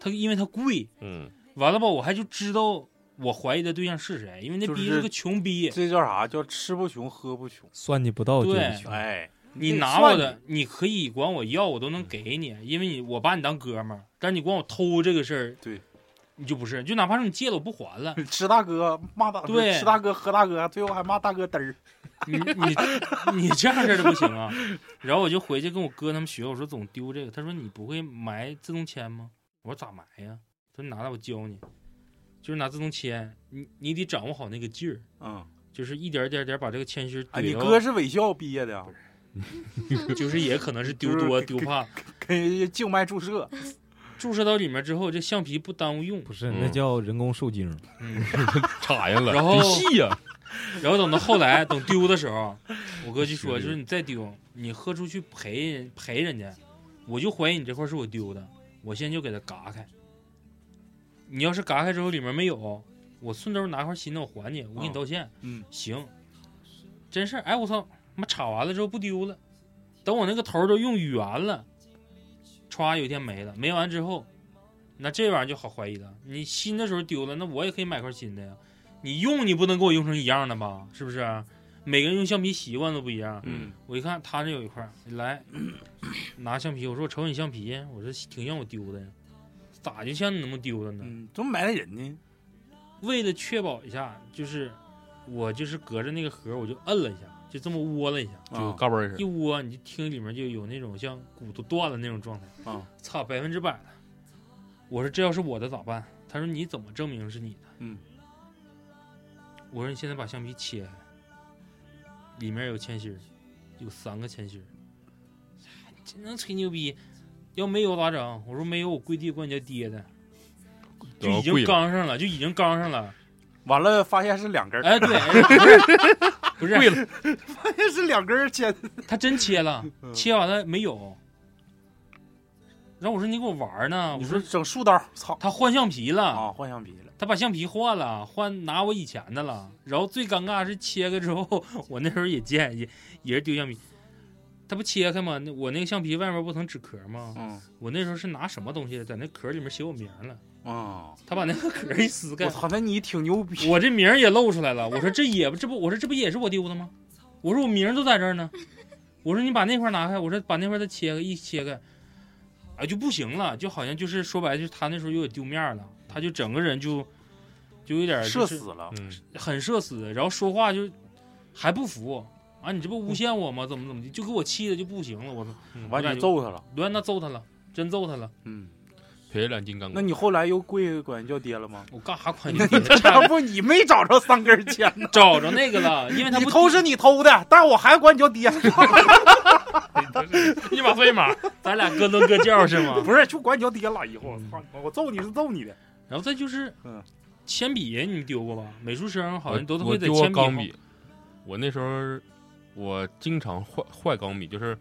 他因为他贵，
嗯，
完了吧我还就知道我怀疑的对象是谁，因为那
就
逼
是
是个穷逼，
[laughs] 这叫啥？叫吃不穷，喝不穷。
算计不到就
对
不穷。
哎，
你
这
拿
算嗯
我的，你可以管我要，我都能给你，因为你我把你当哥们儿，但是你管我偷这个事儿，
对，
你就不是，就哪怕是你借了我不还
[laughs]
了，
你吃大哥骂大，
对
吃大哥喝大哥，最后还骂大哥嘚儿。
你你你这样式儿的不行啊！然后我就回去跟我哥他们学，我说总丢这个，他说你不会埋自动铅吗？我说咋埋呀？他说拿来我教你，就是拿自动铅，你你得掌握好那个劲儿，
嗯，
就是一点儿一点儿点儿把这个铅芯儿
哎，
怼
你
到
哥是伪校毕业的啊，
就是也可能是丢
就是
多
给
丢怕，
跟人家静脉注射，
注射到里面之后，这橡皮不耽误用。
不是，
嗯
那叫人工受精。
嗯，
插上了，
然后
得细呀，
然后等到后来等丢的时候，我哥就说，
是
就是你再丢，你喝出去赔人赔人家，我就怀疑你这块是我丢的，我现在就给它嘎开。你要是嘎开之后里面没有，我顺兜拿块新的我还你，我给你道歉。
嗯，
行，真事儿。哎，我操，妈插完了之后不丢了，等我那个头儿都用圆了，歘有一天没了，没完之后，那这玩意儿就好怀疑了。你新的时候丢了，那我也可以买块新的呀。你用你不能给我用成一样的吧？是不是？每个人用橡皮习惯都不一样。
嗯，
我一看他这有一块儿，来拿橡皮，我说我瞅你橡皮，我说挺像我丢的呀，咋就像你那么丢了呢？
嗯，怎么埋汰人呢？
为了确保一下，就是我就是隔着那个盒，我就摁了一下，就这么窝了一下，
就
啊
嘎嘣儿
一窝你就听里面就有那种像骨头断了那种状态。
啊，
操，百分之百了。我说这要是我的咋办？他说你怎么证明是你的？
嗯，
我说你现在把橡皮切开，里面有铅芯儿，有三个铅芯儿。哎真能吹牛逼，要没有咋整？我说没有，我跪地管你叫爹的，就
然后
已经
跪了 [laughs]
刚上了，就已经刚上了。哎
完了发现是两根儿，
哎，对，不是，不是
跪了，
那 [laughs] 是两根签，
他真切了
嗯，
切完了没有？然后我说你给我玩儿啊呢，我
你说
说
整树刀，操
他换橡皮了，
啊，换橡皮了，
他把橡皮换了，换拿我以前的了。然后最尴尬是切开之后， [laughs] 我那时候也见也也是丢橡皮，他不切开吗？那我那个橡皮外面不层纸壳吗？
嗯
我那时候是拿什么东西在那壳里面写我名儿了，
嗯，
他把那个壳一撕开
我，操，那你挺牛逼，
啊我这名儿也露出来了。我说这也这不，我说这不也是我丢的吗？我说我名儿都在这儿呢。我说你把那块儿拿开，我说把那块儿再切开，一切开，啊就不行了，就好像就是说白了就是他那时候有点丢面儿了，他就整个人就就有点就
社
是
死了，
嗯，
很社死，然后说话就还不服啊，你这不诬陷我吗？怎么怎么的，就给我气的就不行了，我操，
完
我俩
你
就
揍他了，
抡那揍他了，真揍他了，
嗯，
铁血染金刚
那
棍。
你后来又跪管人叫爹了吗？
[laughs] 我干啥管你
那？ [laughs] 那不，你没找着三根签呢？
找着 [laughs] 那个了，因为他
你
不
偷是你偷的，但我还管你叫爹，
[laughs] 一码飞马，咱俩哥都哥叫是吗？
[laughs] 不是就管你叫爹了。以后我操，我揍你是揍你的，
然后再就是，
嗯
铅笔你丢过吧？美术生好像都
我
会在
丢过
铅
钢
后
笔，我那时候我经常坏坏钢笔，就是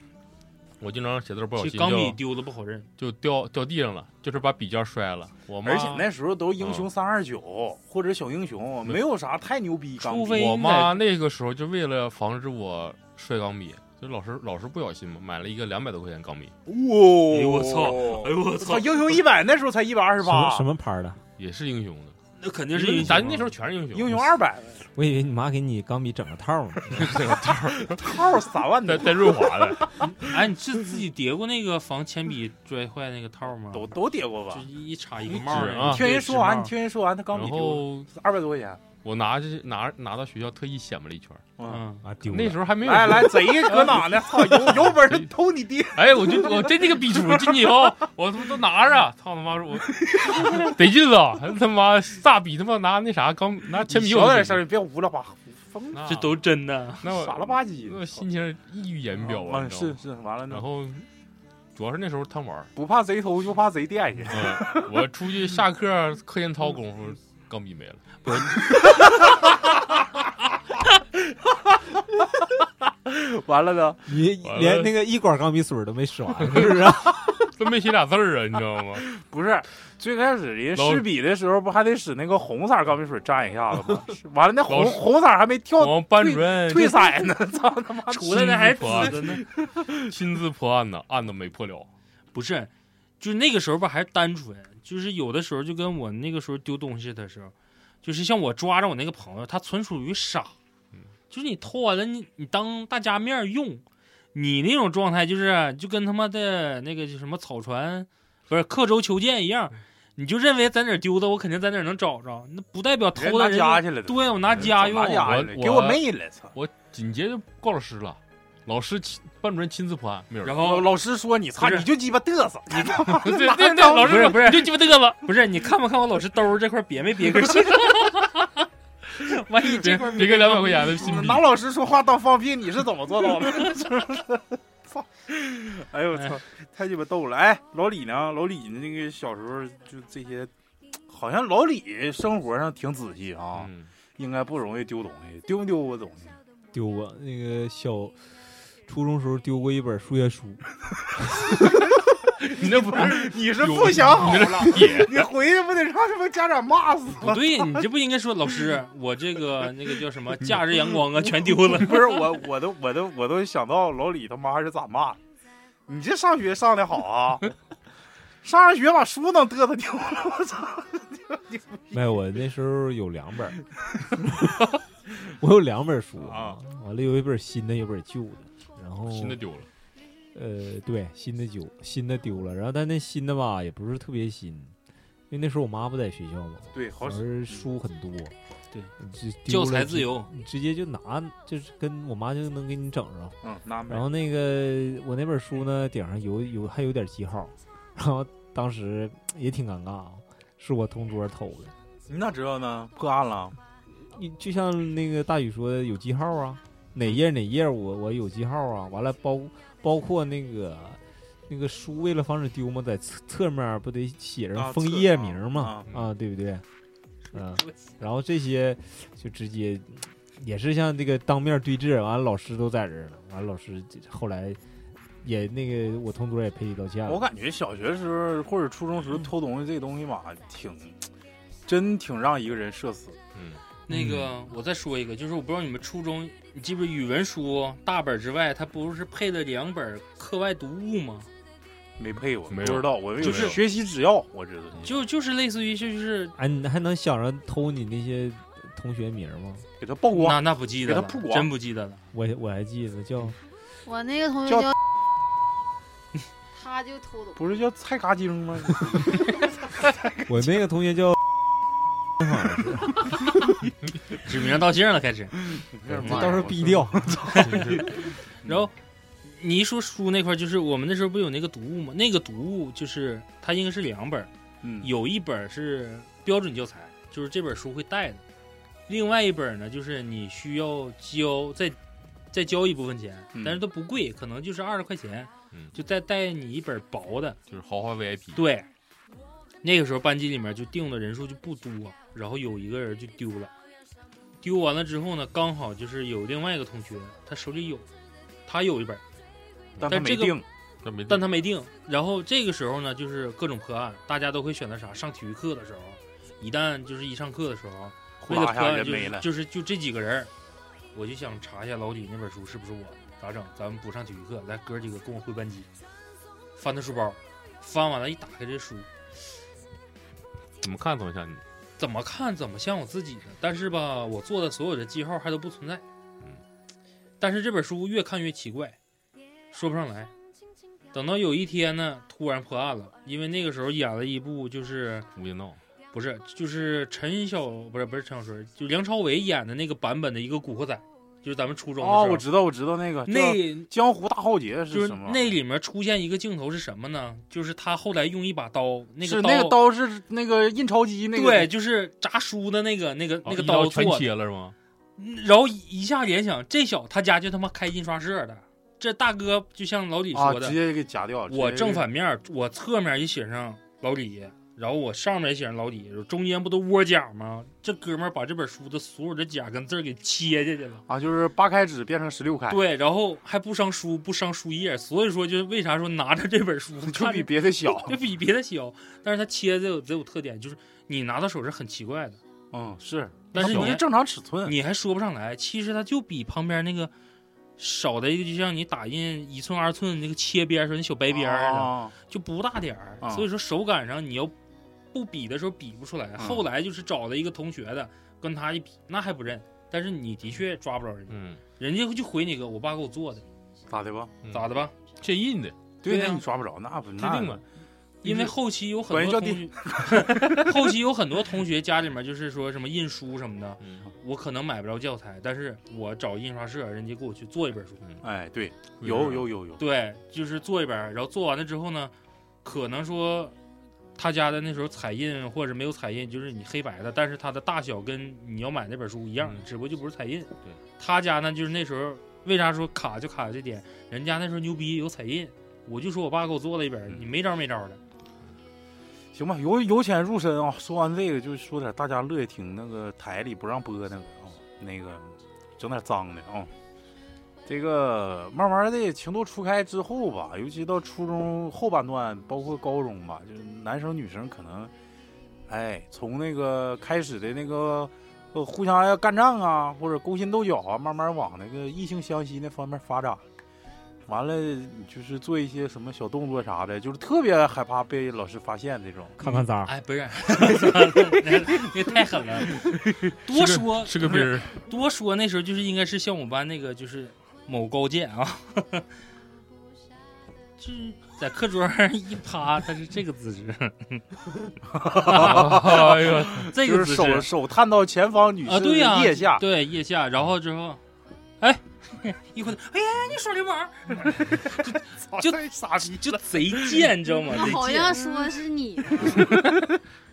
我经常写字儿不小
其
心
实钢笔
就
丢的不好认，
就掉掉地上了，就是把笔尖儿摔了。我妈
而且那时候都英
啊
雄三二九或者小英雄，没有啥太牛逼钢
除
笔。
非
我妈那个时候就为了防止我摔钢笔，就老师老师不小心嘛，买了一个两百多块钱钢笔，
哇！
哎呦我操！哎呦我
操，英雄一百那时候才一百二十
什么
八，
什么牌儿的？
也是英雄的。
那肯定
就是
英雄
咱那时
候
候全是英雄，
英
[laughs]
雄啊二百
我以为你妈给你钢笔整个套 [laughs] 儿呢。
套三万 [laughs]
在
的，
在润滑的，
哎，你是自己叠过那个防铅笔摔坏那个套
[laughs]
吗？
都都叠过
就
吧？
一插一个帽儿
纸啊
那个
听人说完，你
纸
听人说完，他钢笔
然
丢
后
二百多块钱。
我拿去拿拿到学校特意显摆了一圈儿，
帽儿，嗯，
啊，丢了
那时候还没有
来来，
[laughs]
贼搁哪呢？操，有有本事偷你爹！
哎，我就我真这个逼出进去以后，我他妈都拿着，操他妈我得劲了，他妈大笔他妈拿那啥钢拿铅笔，
小点声儿，别无了吧，疯了，
那
这都真的。
啊那
傻
我
了吧唧
那。心情溢于言表啊，
嗯，
你知道
是
吗
是，完了
然
呢，
后主要是那时候贪玩儿，
不怕贼偷，就怕贼惦记。 [laughs]
嗯， [laughs] 我出去下课课间操功夫钢笔没了，
完了呢，
你
完了
连那个一管钢笔水都没使完，是不是 [laughs] 啊？
都没写俩字儿啊，你知道吗？
不是最开始人家
老
试笔的时候，不还得使那个红色钢笔水蘸一下子吗？是完了，那红
老师
红色还没
我
跳
们班主任
退色呢， [laughs] 操他妈！
出来的还
亲自破
紫
案
的呢，
[laughs] 亲自破案呢，案子没破了，
不是，就是那个时候吧，还是单纯，就是有的时候就跟我那个时候丢东西的时候，就是像我抓着我那个朋友，他纯属于傻
嗯，
就是你偷完了，你你当大家面儿用，你那种状态就是啊就跟他妈的那个叫什么草船，不是刻舟求剑一样，你就认为在哪儿丢的，我肯定在哪儿能找着，那不代表偷的
人
人
家拿家
家，
去了都，嗯
对我拿家用
拿，家
我
去了，
我
给我妹了，操！
紧接着告老师了，老师亲班主任亲自破案，没有人。
然
老
后
老师说你操，
哦不是
你就鸡巴嘚瑟，你他妈
[laughs] 对
拿
对对，
钢
老师
不是
说
不是
你就鸡巴嘚瑟，
不是你看没看我老师兜儿这块儿别没别根线， [laughs] 万一这
别
块儿
别给两百块钱的新币
拿。老师说话当放屁，你是怎么做到的？ [laughs] 是不是操！ [laughs] 哎呦我操，太鸡巴逗了！哎，老李呢？老李那个小时候就这些，好像老李生活上挺仔细啊，
嗯
应该不容易丢东西，丢没丢过东西？
丢过那个小初中时候丢过一本数学书，
[laughs] 你那
[laughs]
不是
[laughs] 你是不想好
你
了，
那是
你回去不得让他们家长骂死？
不对，你这不应该说老师，我这个那个叫什
嗯
么假日阳光啊，全丢了。
[laughs] 不是我，我都我都我都想到老李他妈是咋骂的。你这上学上的好啊，上上学把书能嘚瑟丢了，我操！
没有，我那时候有两本儿， [laughs] 我有两本书
啊，
完了有一本新的，有一本旧的，然后
新的丢
[laughs]
了，
呃对新的旧新的丢了，然后但那新的吧也不是特别新，因为那时候我妈不在学校嘛，
对，好
而
使
书很多，
对
直，丢
教
了
材自由，
你直接就拿，就是跟我妈就能给你整上。
嗯，那没
然后那个我那本书呢，顶上有有还有点记号，然后当时也挺尴尬啊，是我同桌偷的。
你咋知道呢？破案了，
你就像那个大宇说的，有记号啊，哪页哪页我我有记号啊。完了包包括那个那个书，为了防止丢嘛，在侧侧面不得写
啊
上封
侧
页
啊
名嘛
啊
嗯啊，对不对？嗯，然后这些就直接也是像这个当面对质，完了老师都在这儿了，完了老师后来也那个我同桌也赔礼道歉
啊我
了，
感觉小学时候或者初中时候偷东西这东西吧，挺真挺让一个人社死。
[laughs] 那个，
嗯
我再说一个，就是我不知道你们初中，你记不记得语文书大本之外，它不是配了两本课外读物吗？
没配过，
没有
不知道，我以为
就是
学习只要我知道，
就就是类似于就是
哎，你还能想着偷你那些同学名吗？
给他曝光
那那不记得
给
了
它曝，光
真不记得了。
我我还记得叫
我那个同学
叫 [laughs]
叫，他就偷东西，
不是叫菜嘎精吗？
我那个同
[laughs]
学叫
指名道姓了，开始。
哎
这到时候逼掉，
嗯
然后你一说书那块儿，就是我们那时候不有那个读物吗？那个读物就是它应该是两本儿，
嗯，
有一本儿是标准教材，就是这本书会带的；另外一本儿呢，就是你需要交再再交一部分钱
嗯，
但是都不贵，可能就是二十块钱
嗯，
就再带你一本薄的。
就是豪华 VIP，
对，那个时候班级里面就定的人数就不多，然后有一个人就丢了，丢完了之后呢，刚好就是有另外一个同学，他手里有，他有一本，
但他
但
没
这个
定，
但没
但他没定。然后这个时候呢，就是各种破案，大家都会选择啥？上体育课的时候，一旦就是一上课的时候，
呼
为了
啦一
破
下
案
人
就
没
是
了。
就是就这几个人儿，我就想查一下老李那本书是不是我的，咋整？咱们不上体育课，来哥几个跟我回班级，翻他书包，翻完了，一打开这书，
怎么看怎么像你，
怎么看怎么像我自己的，但是吧，我做的所有的记号还都不存在。
嗯，
但是这本书越看越奇怪，说不上来。等到有一天呢，突然破案了，因为那个时候演了一部就是
无间道，
不是就是陈小不是不是陈小春，就梁朝伟演的那个版本的一个《古惑仔》，就是咱们初中的时
哦，
候。
我知道，我知道那个叫
那
江湖大浩劫
就是
什么？
那里面出现一个镜头是什么呢？就是他后来用一把刀，那
是
个
那个刀是那个印钞机那个
对，就是炸书的那个那个那个
哦一
刀
刀
做
全
的。
切了是吗？
嗯然后一下联想，这小他家就他妈开印刷社的，这大哥就像老李
啊，
说的，
直接给夹掉。
我
直接
正反面，我侧面也写上老李，然后我上面也写上老李，中间不都窝甲吗？这哥们儿把这本书的所有的甲跟字儿给切下去了。
啊，就是八开纸变成十六开，
对，然后还不伤书，不伤书页，所以说就是为啥说拿着这本
[laughs]
书
就
看
比
着
别的小。
就比别的小，但是它切的有得有特点，就是你拿到手是很奇怪的，
嗯，是，
[laughs] 但是
它
你
不是
还
正常尺寸。
你还说不上来。其实它就比旁边那个少的，就像你打印一寸二寸那个切边儿上那小白边儿似的，
啊
就不大点儿。
啊
所以说手感上你要不比的时候比不出来。
啊
后来就是找了一个同学的，跟他一比，那还不认。但是你的确抓不着人家，
嗯，
人家就回你个我爸给我做的，
咋的吧？
嗯
咋的吧？
现印的，
对，
对
那
呀
你抓不着，那不
指
那
定了，
因为后期有
管人
很多
叫
同学， [laughs] 后期有很多同学家里面就是说什么印书什么的，
嗯，
我可能买不着教材，但是我找印刷社，人家给我去做一本书。
嗯
哎，对，有有有有，
对，就是做一本儿，然后做完了之后呢，可能说他家的那时候彩印或者没有彩印，就是你黑白的，但是它的大小跟你要买那本书一样
嗯，
只不过就不是彩印。对，他家呢就是那时候为啥说卡就卡在这点，人家那时候牛逼有彩印，我就说我爸给我做了一本儿，
嗯
你没招儿没招儿的。
行吧，由由浅入深啊。说完这个，就说点大家乐意听那个台里不让播那个啊、那个整点脏的啊、这个慢慢的情窦初开之后吧，尤其到初中后半段，包括高中吧，就是男生女生可能，哎，从那个开始的那个呃互相要干仗啊，或者勾心斗角啊，慢慢往那个异性相吸那方面发展。完了，就是做一些什么小动作啥的，就是特别害怕被老师发现这种。
看
[laughs]
啊
看渣儿，
哎，不是，那那太狠
[laughs]
了，多
是
嗯
说
是个
不
兵儿，
多说那时候就是应该是像我班那个就是某高见啊， [laughs] 就是在课桌上一趴，他是这个
[laughs]
姿势，
[laughs] 哎呦，
这
就是
个姿
手
势
手探到前方女
啊，
士的
对呀、
腋下，
对腋下，然后之后，哎， [laughs] 一回头，哎呀，你耍流
[laughs]
氓，就
就傻逼，
就贼贱，你知道
[laughs]
吗？
他好
贼
像
贱。
嗯
说是你呢。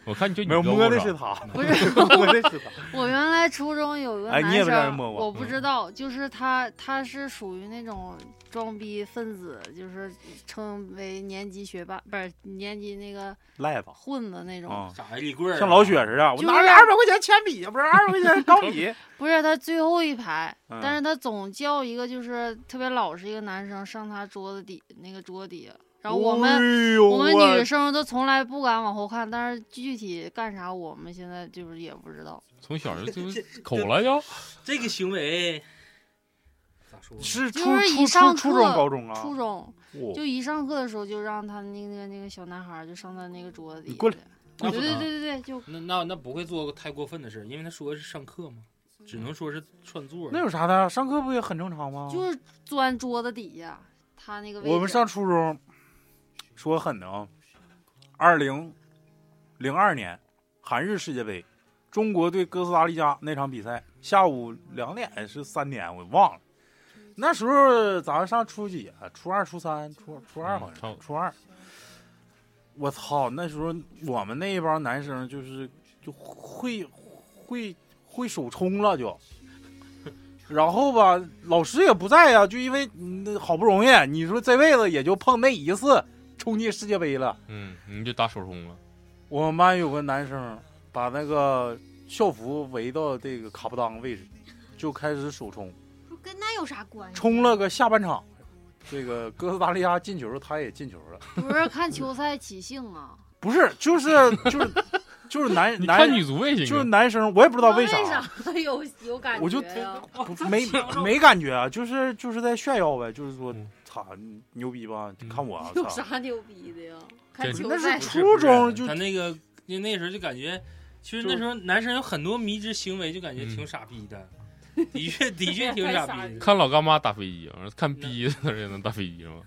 我看就你
没有
胳膊
摸的
上
是他，
不是
[laughs] 摸的是他。
我原来初中有一个
哎
男
你嗯
生，
也被让人摸过
我不知道，就是他，他是属于那种装逼分子，就是称为年级学霸，不是年级那个
赖 [laughs] 吧
混子那种。
啊，
啥呀？立棍儿啊
像老雪似的，我
就是
拿着二百块钱铅笔，不是二百块钱钢笔，
不是他最后一排，
嗯
但是他总叫一个就是特别老实一个男生上他桌子底那个桌底下， [laughs] 然后我们、
哎呦
我们
我
女生都从来不敢往后看，但是具体干啥我们现在就是也不知道。
从小就就口了就，
这个行为咋说呢？
是初
就是
初
一上
初初
课
中高中啊，
初中
哦
就一上课的时候就让他那个那个小男孩就上他那个桌子底
你
下，
过来
对对对
啊
对对，就
那那那不会做太过分的事儿，因为他说的是上课嘛，只能说是串座儿。
那有啥的？啊上课不也很正常吗？
就是钻桌子底下，他那个位置
我们上初中，说狠的啊，二零零二年韩日世界杯，中国对哥斯达黎加那场比赛，下午两点是三点，我忘了。那时候咱们上初几啊？初二、初三、初初二好像
差不
是
多
初二。我操！那时候我们那一帮男生就是就会会会手冲了就，然后吧，老师也不在呀、就因为嗯那好不容易，你说这辈子也就碰那一次冲进世界杯了。
嗯，你就打手冲了，
我们班有个男生把那个校服围到这个卡布当位置，就开始手冲，
跟那有啥关系？
冲了个下半场。这个哥斯达黎加进球，他也进球了。
不是看球赛起兴啊，
不是，就是就是就是
[laughs]
男
你
男
看女足卫星啊
就是男生，我也不知道为
为
啥，
他有 [laughs] 有感
我就
觉呀、
不没没感觉啊，就是就是在炫耀呗，就是说
嗯，
操、牛逼吧？
嗯
看我，啊
[laughs] 有
操，
啥牛逼的呀？
对
看球
那
赛
是
不是
哎初中就
他那个，因为那时候就感觉，其实
就
那时候男生有很多迷之行为，就感觉挺
嗯
傻逼的，的确的确挺傻
[laughs]
逼的。
看老干妈打飞机，完了看逼的人能打飞机吗？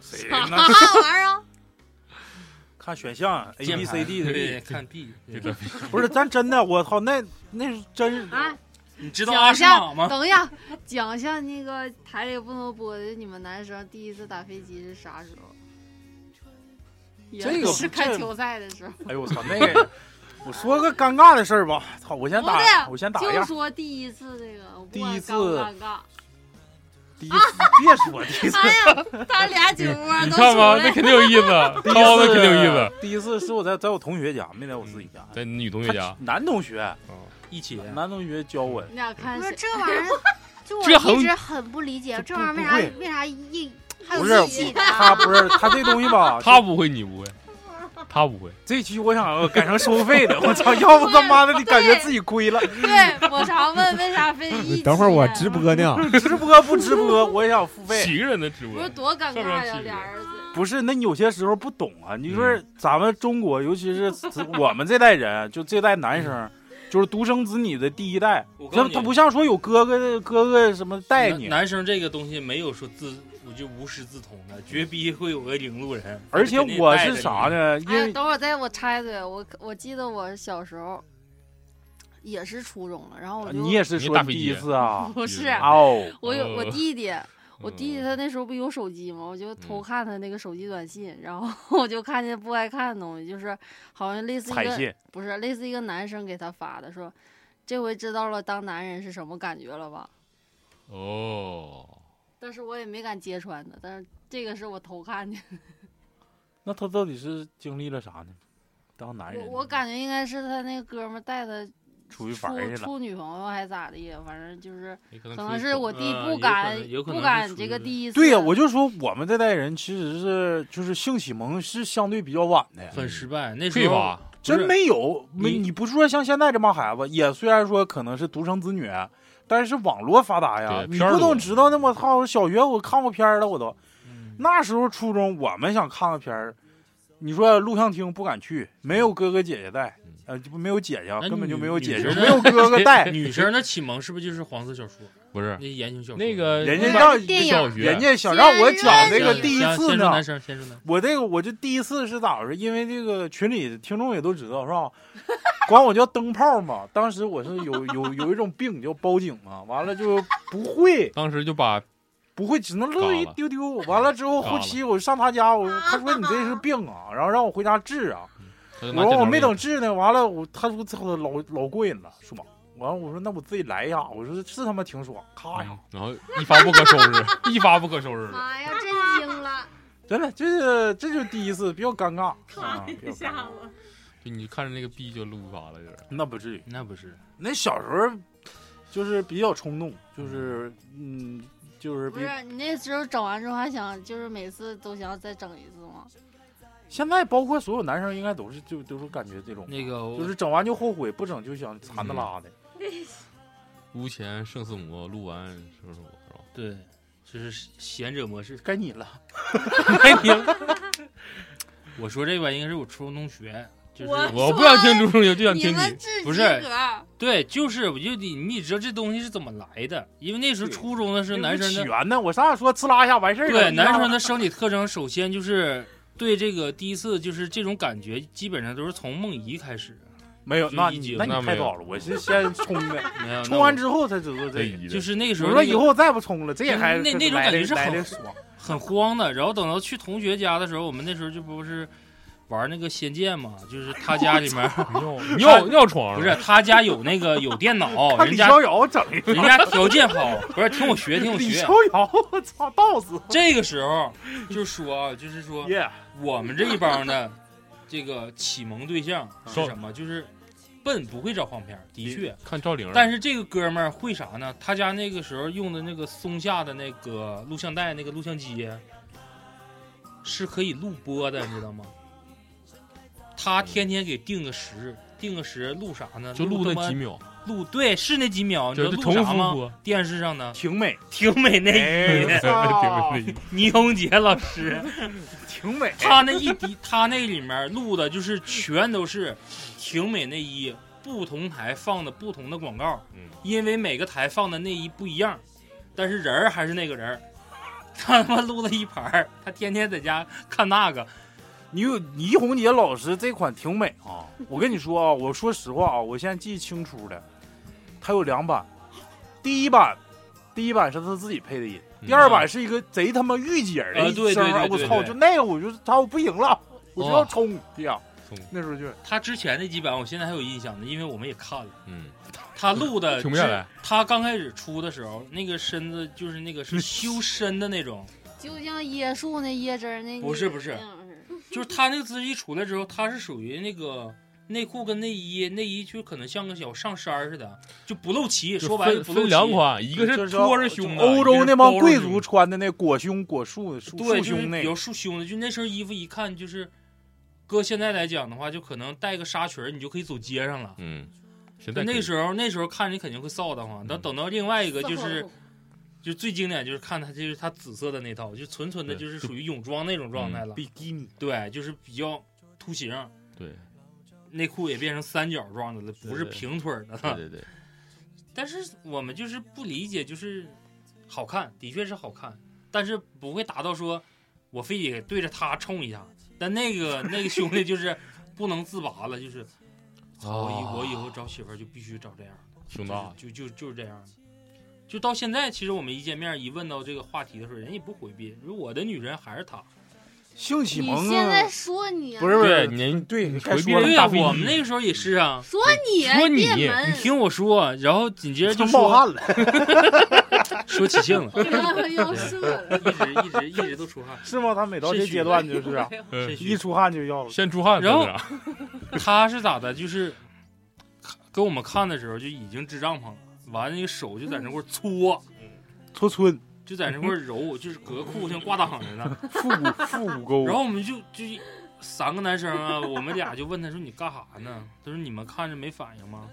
谁
啥
那
玩意儿啊？
哎看选项 A
键
B
盘
C D 的
[laughs]
B，
对，
[laughs]
看 B，
就
对
这
不是，咱真的，我操，那那是真
啊，
你知道
讲
阿
一
诗
下
玛，吗？
等一下，讲一下那个台里不能播的，你们男生第一次打飞机是啥时候？也
这个
是看球赛的时候，
哎呦我操，那个，我说个尴尬的事儿吧，操，我先
不
打，
是
我先打一
就
样，
说第一次这个，我不
第一
管
次
尴不尴尬，
第一次
[laughs]
别说第一次，
他俩酒窝
你
都
看吧，
出
这
来。
肯定有意思，
[laughs] 第一
掏的
次啊
肯定有意思，，嗯
第一次是我在在我同学家，没在我自己家，
在女同学
他
家，
男同学，
一起
男同学教我的，
你俩看
不
谁
是？这玩意
[laughs]
儿，就
这
我
横
一直很不理解，这玩意儿为啥
不
为啥一还
不
有
是
记忆的
他
啊？
不是他这东西吧，
[laughs] 他不会，你不会，他不会，
这期我想改成收费的，我
[laughs]
操，要不他妈的你感觉自己亏了。
对我常问为啥
[laughs]
非一？
等会儿我直。
啊
啊
播呢，
直播不直播，我也想付费。
几个人的啊直播
不是，多
上
尴
面
尬
起
呀，
个
俩儿子。
不是，那你有些时候不懂啊。你说
嗯
咱们中国，尤其是我们这代人，就这代男生，就是独生子女的第一代
我，告
他
诉你
他不像说有哥哥哥哥什么带
男
你，啊
男生这个东西没有说自，我就无师自通的，绝逼会有个领路人。
而且
肯定
我
带着
是
你
啥？呢？因
哎，
为
等会儿再我插一嘴，我我记得我小时候也是初中了，然后我就
啊你也是
你
说
大飞
第
机
一次啊？
不是
啊
[laughs] 哦，
[laughs] 我有我
哦
弟弟，我弟弟
嗯
他那时候不有手机吗？我就
嗯
偷看他那个手机短信，然后 [laughs] 我就看见不该看的东西，就是好像类似一
彩
个
信
不是类似一个男生给他发的，说这回知道了当男人是什么感觉了吧？
哦，
但是我也没敢揭穿他，但是这个是我偷看见的。
那他到底是经历了啥呢？当男人，
我我感觉应该是他那个哥们儿带他
出去
处
玩儿去了。
处女朋友还咋的呀？反正就是
也可
可
能
能是我弟
啊
呃
不
有可
敢
能有可
不
能
敢
是
这个
出于
第一次。啊
对呀、我就说我们这代人其实是就是性启蒙是相对比较晚的，
很失败，那
退
时候
吧，
真
不是
没有，没
你
你不是说像现在这帮孩子，也虽然说可能是独生子女，但是网络发达呀
对，
你
片儿
不
多
能知道那么操，小学我看过片儿了，我都
嗯
那时候初中我们想看个片儿，你说录像厅不敢去，没有哥哥姐姐带
嗯，
呃，就没有姐姐啊，
那
根本就
女
没有姐
女
姐，
生
没有哥哥带，
[laughs] 女生的启蒙是不是就是黄色小说？
不是
那言情小说
那个
人家
那
让
电影
小学
人家想让我讲
那
这个
先
第一次
先说
呢
男。生，先说男生。
我这个我就第一次是咋回事？因为这个群里听众也都知道是吧？管我叫灯泡嘛。当时我是有有有一种病叫包茎嘛，完了就不会
当时就把
不会，只能乐一丢丢。完了之后后期我上他家，我说他说你这是病啊，然后让我回家治啊。
他就
我
拿
说
剪
我
刀
没
给
等治呢，完了我他说这老老过瘾了，是吧？完了我说那我自己来一下，我说是他妈挺爽，咔呀，
然后一发不可收拾，一发不可收拾了。
妈呀，震惊
[laughs]
了！
真的，这是这就是第一次，比较尴尬，啊
咔
比较
一
尴
下
尬，
子，
就你看着那个逼就撸发了，就是。
那不至于。
那不是，
那小时候就是比较冲动，就是嗯，就是
不
比
是你那时候整完之后还想，就是每次都想要再整一次吗？
现在包括所有男生应该都是就都是感觉这种
那个嗯我
就是整完就后悔，不整就想残的拉的。
屋前胜似魔，录完胜似我，是吧？
对，就是贤者模式。
该你了，
该你了。 [laughs] 我说这吧，应该是我初中同学，就是
我
我不想听朱中友，就想
你
听
们
你。
至
不
及
是
格，
对，就是我就得你知道这东西是怎么来的，因为那时候
对
初中的时候男生
起
的
源呢？我上来说呲啦一下完事儿了。
对
啊你知道
男
吗
生的生理特征，首先就是对这个第一次就是这种感觉，基本上都是从梦遗开始。
没有，
就
那
一
你
级
那
那
你
没
太
有
早
[laughs]
了，我是先冲的，
哎
没有，
冲完
之
之后才知道这个。
一
就是那个时
我
候
说
那
以
个
后再不冲了，这
就是
还
那
这
那种
来
感
得
觉是
来的
好 [laughs]
爽。
很慌的，然后等到去同学家的时候，我们那时候就不是玩那个仙剑嘛，就是他家里
[laughs]
面 [laughs]
尿尿尿床
不
上
是他家有那个有电
[laughs]
脑，
看
人
李
家
逍遥整一个，
人家条件好，不是听我学，听我
李
学
逍。遥，我操，道
[laughs]
士
这个时候就说啊，就是说
耶，
我们这一帮的这个启蒙对象是什么？就是笨，不会找黄片儿，的确。
看赵玲，
但是这个哥们儿会啥呢？他家那个时候用的那个松下的那个录像带，那个录像机是可以录播的，你知道吗？他天天给定个时，定个时录啥呢？
就录
录
那几
[laughs]
秒，
秒，
录对，是那几秒，你知
就
道
是
录
重
啥
复
吗？
播。
电视上的
挺
[laughs]
美，
挺美那
哎
一
我
页，
操
挺美
倪虹洁老师。
[laughs]
挺美，
他那一滴，他那里面录的就是全都是婷美内衣，不同台放的不同的广告，
嗯
因为每个台放的内衣不一样，但是人儿还是那个人儿。 [laughs] 他他妈录了一盘儿，他天天在家看那个，
你有倪虹洁老师这款挺美啊！我跟你说啊，我说实话啊，我现在记清楚的，它有两版，第一版，第一版是他自己配的音，
嗯
第二版是一个贼他妈御姐儿的
啊对
一声儿，
对对
我
对
操！
对
就那个我就操，我不行了，我就要
哇
冲呀！
冲
那时候就
他之前那几版我现在还有印象呢，因为我们也看了。
嗯，
他录的
停不下来
是。他刚开始出的时候，那个身子就是那个是修身的那种，
就像椰树那椰汁儿那
不是不是
那样似的
就是他那个姿势一出来之后，他是属于那个内裤跟内衣，内衣就可能像个小上衫儿似的，就不露脐，
就
说白了
分
不露
分
脐。
两款，一
一
个是托着胸的，
欧
一
洲
个是
那帮
包着
贵
胸
族穿的那裹胸裹束束
对，
束
就是
胸
比
那
较
个，
束胸的，就那身衣服一看就是，搁现在来讲的话，就可能带个纱裙儿，你就可以走街上了。
嗯，现在
但那
候
时候那时候看着你肯定会臊得慌。等
嗯
等到另外一个就是
四号
就最经典就是看他就是他紫色的那套，就纯纯的
对
就是
就嗯
属于泳装那种状态了。
比基尼
对，就是比较凸形，
对
内裤也变成三角状的了，不是
对对
平腿儿的了。
对对对，
但是我们就是不理解，就是好看，的确是好看，但是不会达到说我非得对着他冲一下。但那个那个兄弟就是不能自拔了，就是我以我以后找媳妇儿就必须找这样的，
胸大，
就是就就就是这样的。就到现在，其实我们一见面一问到这个话题的时候，人家也不回避，如果我的女人还是她。
性启
你
蒙
现在
啊，
说你啊
不是不是，
您
对，你该
回避
说
了
了
对
大
呀，
飞机
我们那个时候也是啊。
说你
说你
别
[laughs]
门
你 [laughs] 听我说，然后紧接着就
冒
说
汗了，
说起性了，
然后要射
[laughs]
了，
一直一直一直都出汗。
是吗？他每到
是
这
许
阶
愿
段就是啊，
嗯
肾虚
一出汗就要了。
先出汗，
然后
[laughs] 这是啊
他是咋的？就是跟我们看的时候就已经支帐篷了，完了那个手就在那块儿搓，
搓春，
就在那块儿揉，就是隔裤像挂档似的。
复古复古沟，
然后我们就就一三个男生啊，我们俩就问他说：“你干啥呢？”他说：“你们看着没反应吗？”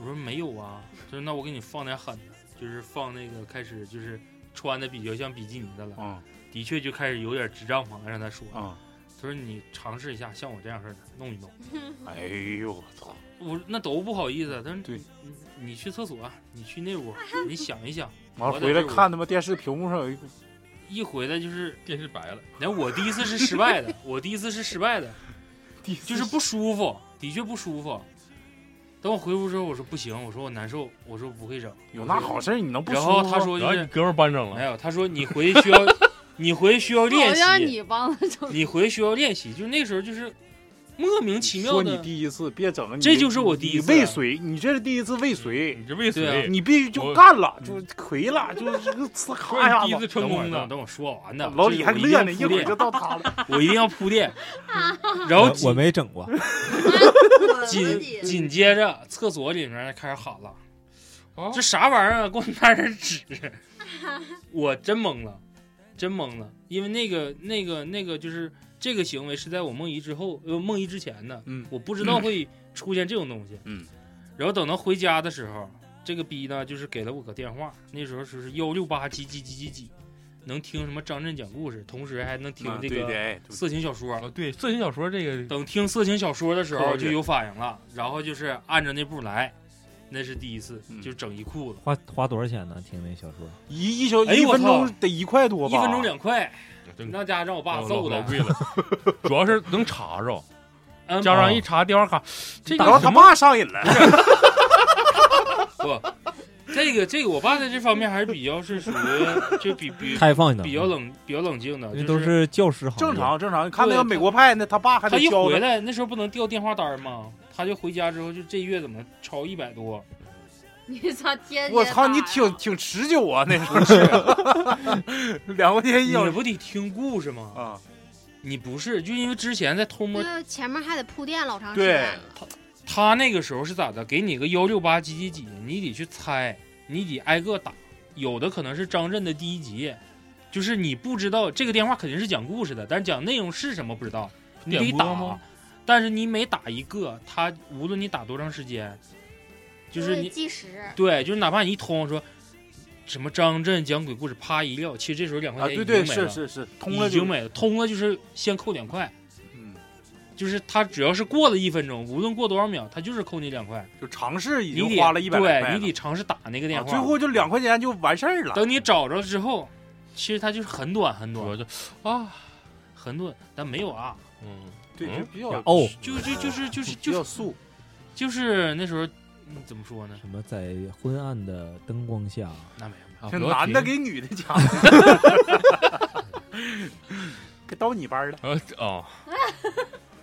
我说：“没有啊。”他说：“那我给你放点狠的，就是放那个开始就是穿的比较像比基尼的了，
啊
的确就开始有点支帐篷了。”让他说：“
啊，
他说你尝试一下，像我这样式儿的弄一弄。”
哎呦我操，
我那都不好意思，他说
对
你你去厕所啊，你去那屋，你想一想。
完了
我
回来
在这屋
看他妈电视屏幕上有一个
一回来就是，
电视白了，
那我第一次是失败的，我第一次是失败的，就是不舒服，的确不舒服。等我回屋之后，我说不行，我说我难受，我说我不会整。
有那好事儿你能不舒
然
服
后
吗？
他说就
然后你
是
哥们儿搬整
没
了，
有，他说你回去需 [laughs] 要，你回去需要
好
练
像
习，
你帮他整，
你回去需要练习。就那时候就是莫名其妙
说你
的，
第一次，别整了你
这就是我第一次啊
你未遂，你这是第一次未遂，
你这未
对啊
遂，
你必须就
我
干了，就亏
[laughs]
了，就是这个呲
说
咔一
你第一
下
次
子。
成功
等会儿
的，
等哎我说完呢。
老李还乐呢，一
这
会
个我
儿
一定
就
要铺垫，
到他了。
我一定要铺垫。 [laughs] 然后
我
紧
我没整
[laughs]
过，
紧紧接着厕所里面开始喊了
啊：“
这啥玩意儿啊？给我拿点纸！”我真懵了，真懵了，因为那个那个那个就是这个行为是在我梦遗之后，呃，梦遗之前的，
嗯
我不知道会出现这种东西，
嗯。
然后等到回家的时候，这个逼呢就是给了我个电话，那时候就是幺六八几几几几几，能听什么张震讲故事，同时还能听
啊
这
对对
个
哎
色情小说。
啊对，色情小说这个
等听色情小说的时候
特别
就有反应了，然后就是按着那步来，那是第一次，
嗯
就整一裤子，
花花多少钱呢？听那小说，
一一小
哎呦
一分
我
钟
操
得一块多
一
吧？
分钟两块，
真
那家让我爸
嗯哦老
揍
老
的
老，贵了，主要是能查着，
嗯，
加上
哦
一查电话卡，这
然后
个
他
什么
爸上瘾了，
不，这个这个我爸在这方面还是比较是属于就比比
开放的，
比较冷比较冷静的，
那
就
都是教师行业
正。常正常。你看那
对
个
他
美国派，那他爸还
他
得
一
教
回
他。
来那时候不能掉电话单吗？他就回家之后就这月怎么超一百多？
你咋天天
我操，
打
你
呀
挺挺持久啊，那时候两块钱一
你
小时
不得听故事吗？
啊，
你不是就因为之前在偷摸
因为前面还得铺垫老长时
对
间了。
他那个时候是咋的？给你个幺六八几几几，你得去猜，你得挨个打。有的可能是张震的第一集，就是你不知道这个电话肯定是讲故事的，但是讲内容是什么不知道，你得
点
打啊
播吗。
但是你每打一个，他无论你打多长时间，就是
都得
你
计时，
对，就是哪怕你一通说什么张震讲鬼故事，啪一撂，其实这时候两块
啊，
钱
对
已
对
经没
是
了，
是是，通了
已
就
经没了，通了就是先扣两块，
嗯，
就是他只要是过了一分钟，无论过多少秒，他就是扣你两块。
就尝试已
你
经
得
花了一百来块
对
了
你得尝试打那个电
啊
话。
最后就两块钱就完事儿了。
等你找着之后，其实它就是很短很短，
啊，
很短，但没有啊，
哎
嗯，
对，就
嗯
比较
哦，
就就就是就是
比
就
较
是
素，
就是那时候，嗯怎么说呢？
什么在昏暗的灯光下，
那没有，
啊
这
不要
男的
提
给女的讲，给到你班儿了。
呃哦，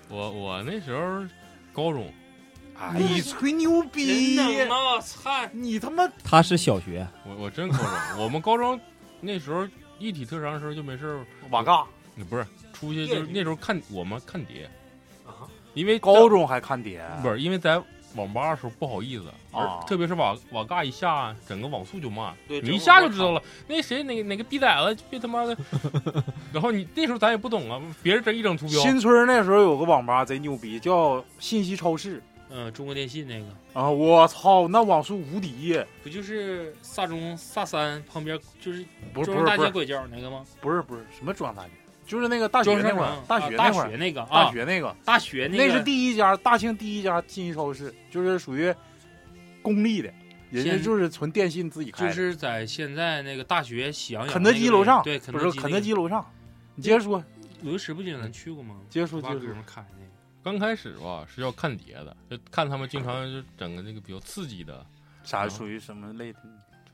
我我那时候高中，
哎
你吹牛逼，
啊！操，
你他妈
他是小学，
我我真高中，我们高中那时候一体特长的时候就没事儿，
瓦嘎！
你不是出去就是那时候看我们看碟
啊，
因为
高中还看碟，
不是因为在网吧的时候不好意思，
啊
而特别是瓦瓦嘎一下，整个网速就慢，
对
你一下就知道了，那谁哪哪个逼崽子别他妈
[laughs]
的，然后你那时候咱也不懂啊，别人真一整图标，
新村儿那时候有个网吧贼牛逼，叫信息超市
嗯，中国电信那个
啊！我操，那网速无敌！
不就是萨中萨三旁边就是
不是
中
不
央
是
大
不
街
是
拐角那个吗？
不是不是什么中央大学，就是那个大
中
学那
央商
会
场
儿，，大
啊
学
大
那会儿，
那个啊，
大学那个，
大学那
那
个
是第一家大庆第一家信息超市，就是属于公立的，人家
现
就是纯电信自己开
就
的，
是在现在那个大学喜羊羊
肯德
那
基
个
楼上，
对，
不是肯德
那
基楼上。你接着说，
个刘石不就咱去过吗？
接着说，
八
接
哥
着说
们。儿开那个。
刚开始吧是要看碟的，就看他们经常就整个那个比较刺激的，
啥
啊
属于什么类的？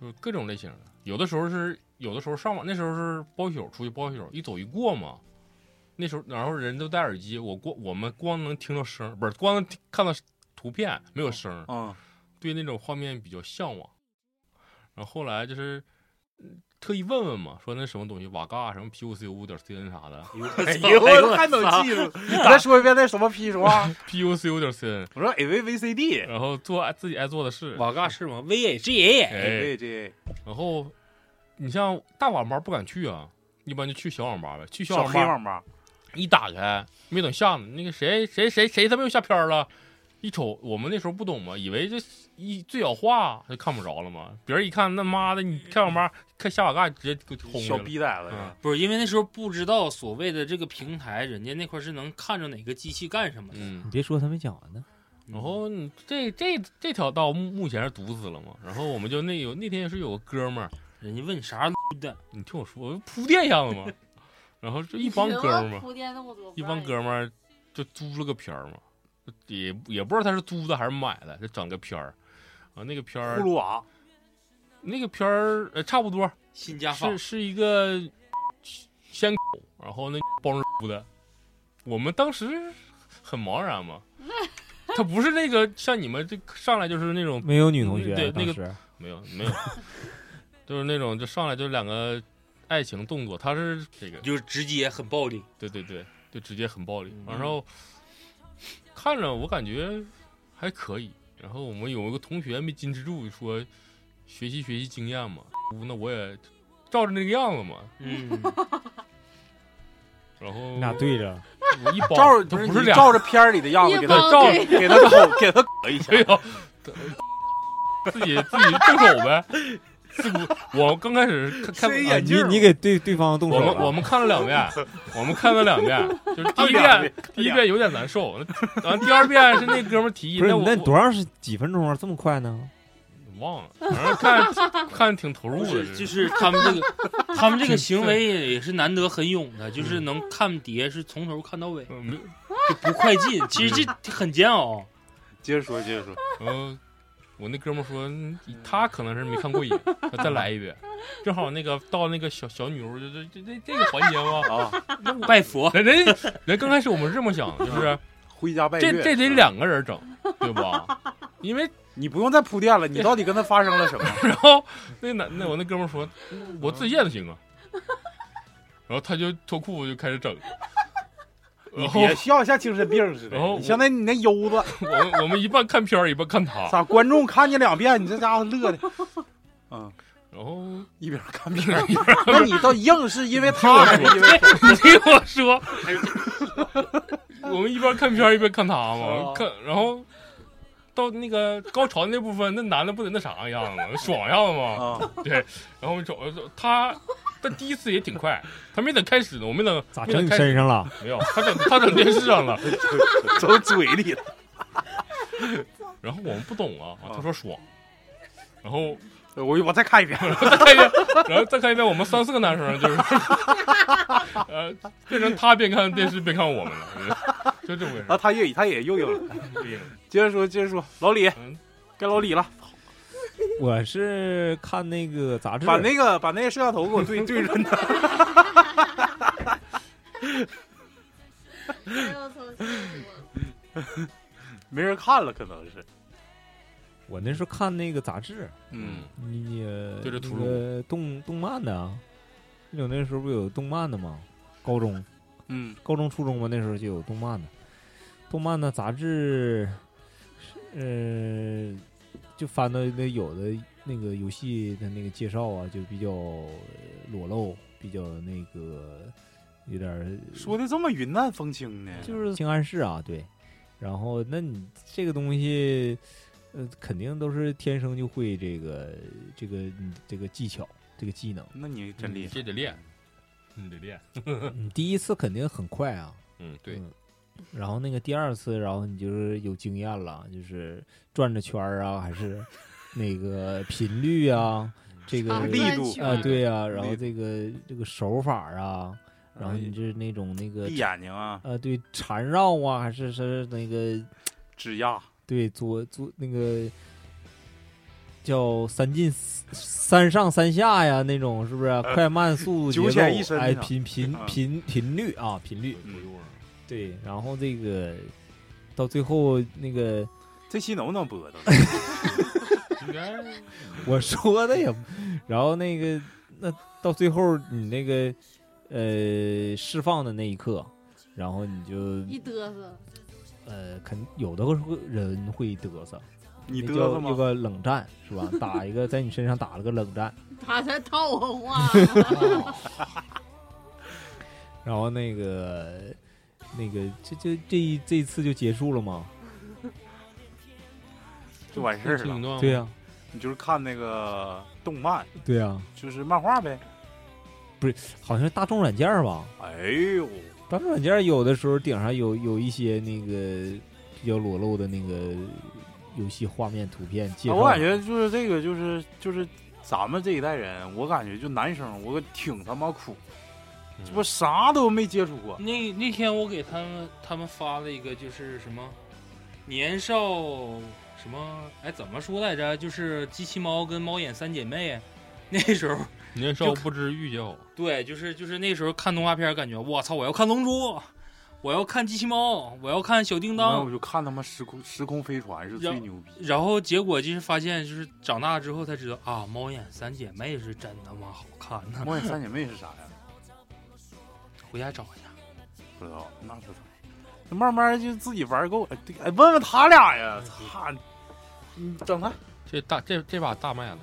就是各种类型的，有的时候是有的时候上网，那时候是包宿出去包宿，一走一过嘛。那时候然后人都戴耳机，我光我们光能听到声儿，不是光能听看到图片，没有声儿，
嗯，
对那种画面比较向往。然后后来就是嗯特意问问嘛，说那什么东西，瓦嘎什么 POC 五点 CN 啥的
[laughs]
[laughs]
哎呦，我还能记 [laughs] 住？你再说一遍那什么 P 什 [laughs] 么？
，POC 五点 CN，
我说 A V V C D，
然后做爱自己爱做的事。
瓦嘎是吗？V A G A，
哎
A G，
然后你像大网吧不敢去啊，一般就去小网吧呗，去
小
网
黑
吧
网吧，
一打开，没等下呢，那个谁谁谁谁他妈又下片儿了，一瞅我们那时候不懂嘛，以为这一最小话就看不着了嘛。别人一看，那妈的，你开网吧看下网盖直接给轰
小
了。
逼崽子，
嗯
不是因为那时候不知道所谓的这个平台，人家那块是能看着哪个机器干什么的。
嗯
你，别说他没讲完呢。
然
哦
后你这这这条道目目前是堵死了嘛。然后我们就那有那天是有个哥们儿，
人家问啥的，
你听我说，我铺垫一下子嘛。
[laughs]
然后这一帮哥们儿，
铺垫那么多，
一帮哥们儿就租了个片儿嘛，也也不知道他是租的还是买的，就整个片儿。啊，那个片儿
葫芦娃，
那个片儿呃差不多
新家访
是是一个先狗，然后那帮人的。我们当时很茫然嘛。他不是那个像你们这上来就是那种
没有女同学，
嗯对
当
那个
时
没有没有，就是那种就上来就两个爱情动作，他是这个
就是直接很暴力。
对对对，就直接很暴力。
嗯
然后看着我感觉还可以。然后我们有一个同学没矜持住，说学习学习经验嘛，那我也照着那个样子嘛。
嗯，
然
你俩
后
对着，
我一
照
包，
着
他
是
不是
你
俩，
照着片儿里的样子
一
给他
帮
照
对，
给他口给他搞一下
没。有，哎自己自己动手呗。自古我刚开始看看
谁
不
眼
啊
啊
你
镜儿
[laughs] 你给对对方动手
我
了，
们我们看了两遍，我们看了两遍，就是第一
两遍
遍第一遍有点难受，完第二遍是那哥们儿提议，
不是
那
你那
我
你多长时几分钟啊？这么快呢？
我忘了，反正看 [laughs] 看挺投入
不
的
是，， [laughs] 就是他们这 [laughs] 个，他们这个行为也是难得很勇的，就是能看碟是从头看到尾，
嗯没
就不快进。其实这很煎 [laughs] 熬，
[laughs] 接着说，接着说， [laughs]
然后呃我那哥们儿说，嗯他可能是没看过瘾，他再来一遍。 [laughs] 正好那个到那个小小女巫，就这这这这个环节嘛，
啊，
拜佛。
[laughs] 人人人刚开始我们是这
[laughs]
么想的，就是
回家拜月。
这这得，两个人整，对吧？ [laughs] 因为
你不用再铺垫了，你到底跟他发生了什么？
然后那男那我那哥们儿说，我自己也能行啊。 [laughs] 然后他就脱裤子就开始整，
你
然后
别笑像精神病似的
然后。我
你现在你那悠子，
我们我们一半看片儿一半看他，
咋观众看你两遍，你这家伙乐的，
然后
一边看 [laughs] 片
[laughs]
儿一边。那你倒硬是因为 [laughs] 他，还是因为
你听我 [laughs] 说，我们一边看片儿一边看他嘛
哦，
看然后到那个高潮那部分，那男的不得那啥样 [laughs] 子，爽样子嘛。
啊？
然后我找他，他第一次也挺快，他没等开始呢，我没等
咋
没
整
等
你
开始
身上了？
没有，他整他整电视上 [laughs] 了。
从嘴里了。
然后我们不懂啊，他说爽，然后
我我再看一 [laughs] 遍，
再看一遍， [laughs] 然后再看一遍，我们三四个男生就是， [laughs] 呃，变成他边看电视边看我们了，就这么回事
然啊后。他也他也又 [laughs] 硬了。
对呀
接着说，接着说，老李
嗯，
该老李了，
[laughs] 我是看那个杂志，
把那个把那个摄像头给我对对准他。
哎呦我操！吓死我了
[laughs] 没人看了，可能是。
我那时候看那个杂志，
嗯，
你你
对着
那
图录
个动动漫的啊，有那时候不有动漫的吗？高中
嗯，
高中、初中嘛，那时候就有动漫的，动漫的杂志，呃，就翻到那有的那个游戏的那个介绍啊，就比较呃裸露，比较那个有点儿
说的这么云淡风轻呢，
就是性暗示啊，对。然后，那你这个东西，呃，肯定都是天生就会这个这个你这个技巧，这个技能。
那你真厉害。
嗯这得练，你嗯得练。
你嗯第一次肯定很快啊，
嗯，对，
嗯然后那个第二次，然后你就是有经验了，就是转着圈儿啊，还
[laughs]
是那个频率啊，
嗯
这个
长
力
转
度
圈
啊
儿，
对呀、然后
力
这个这个手法啊，然后你就是那种那个
闭眼睛啊，
呃，对缠绕啊，还是是那个
指压，
对左左那个叫三进四三上三下呀那种，是不是、啊快慢速度节
呃九浅一
奏，
深
哎，
那种
频频
啊
频频率啊，频率
嗯
用了。
对，然后这个到最后那个。
[laughs] 这期能不能播
[laughs]
都？
应该
我说的也不，然后那个那到最后你那个呃释放的那一刻，然后你就
一嘚瑟，
呃肯有的会人会嘚瑟，
你
那
嘚
叫
瑟
有
吗？
个冷战是吧？打一个在你身上打了个冷战，
他才套我 [laughs] 话。
哦
[laughs] 然后那个那个这这这一这一次就结束了吗？
就完事儿了。
了
对呀、
你就是看那个动漫，
对呀、
就是漫画呗。
好像是大众软件儿吧？
哎呦，
大众软件儿有的时候顶上有有一些那个比较裸露的那个游戏画面、图片介绍。
我感觉就是这个，就是就是咱们这一代人，我感觉就男生，我挺他妈苦，
嗯
我啥都没接触过。
那那天我给他们他们发了一个，就是什么年少什么，哎，怎么说来着？就是机器猫跟猫眼三姐妹，那时候
年少不知遇见我，
对，就是就是那时候看动画片，感觉我操，我要看《龙珠》，我要看机器猫，我要看小叮
那我
当。
就看他妈时空时空飞船是最
让
牛逼，
然后结果就是发现，就是长大之后才知道啊，猫眼三姐妹是真他妈好看呐、
《猫眼三姐妹》是啥呀？
回家找一下。
不知道，那不知道。慢慢就自己玩够，哎，对哎问问他俩呀，操，你整他
这大这这把大卖了，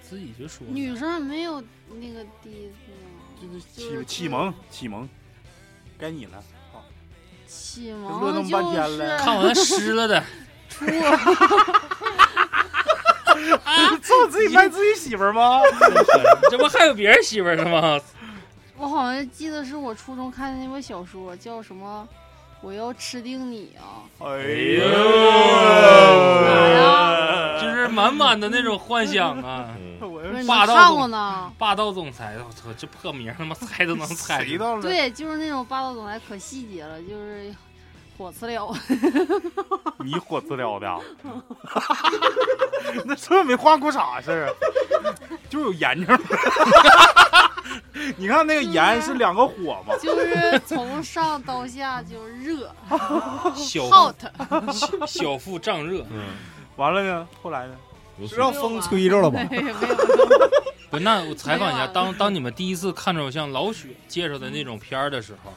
自己就说
女生没有那个第一次吗
就是
就是
启启蒙启蒙，该你了。
启
乐那
蒙
么
就
半天
是
了
看我那湿了的，
初
揍自己卖自己媳妇儿吗？
这不还有别人媳妇儿呢吗？
我好像记得是我初中看的那本小说，叫什么？我要吃定你啊！
哎
呀
就是满满的那种幻想啊，
嗯，
不是
我
你
霸道
看
总
过呢？
霸道总裁，我操，这破名儿他妈猜都能猜
谁
出来。
到了？
对，就是那种霸道总裁，可细节了，就是火刺了。 [laughs]
你火资料的啊， [laughs] 那说明没画过啥事儿啊，就有炎症。 [laughs] 你看那个炎是两个火嘛，
就是从上到下就热
小
[laughs] ，hot，
小 [laughs] 小腹胀热，
嗯
完了呢，后来呢？
有所
让风吹着了吧？
哎对，没有
不是，那我采访一下，
没有啊
当当你们第一次看着像老许介绍的那种片儿的时候，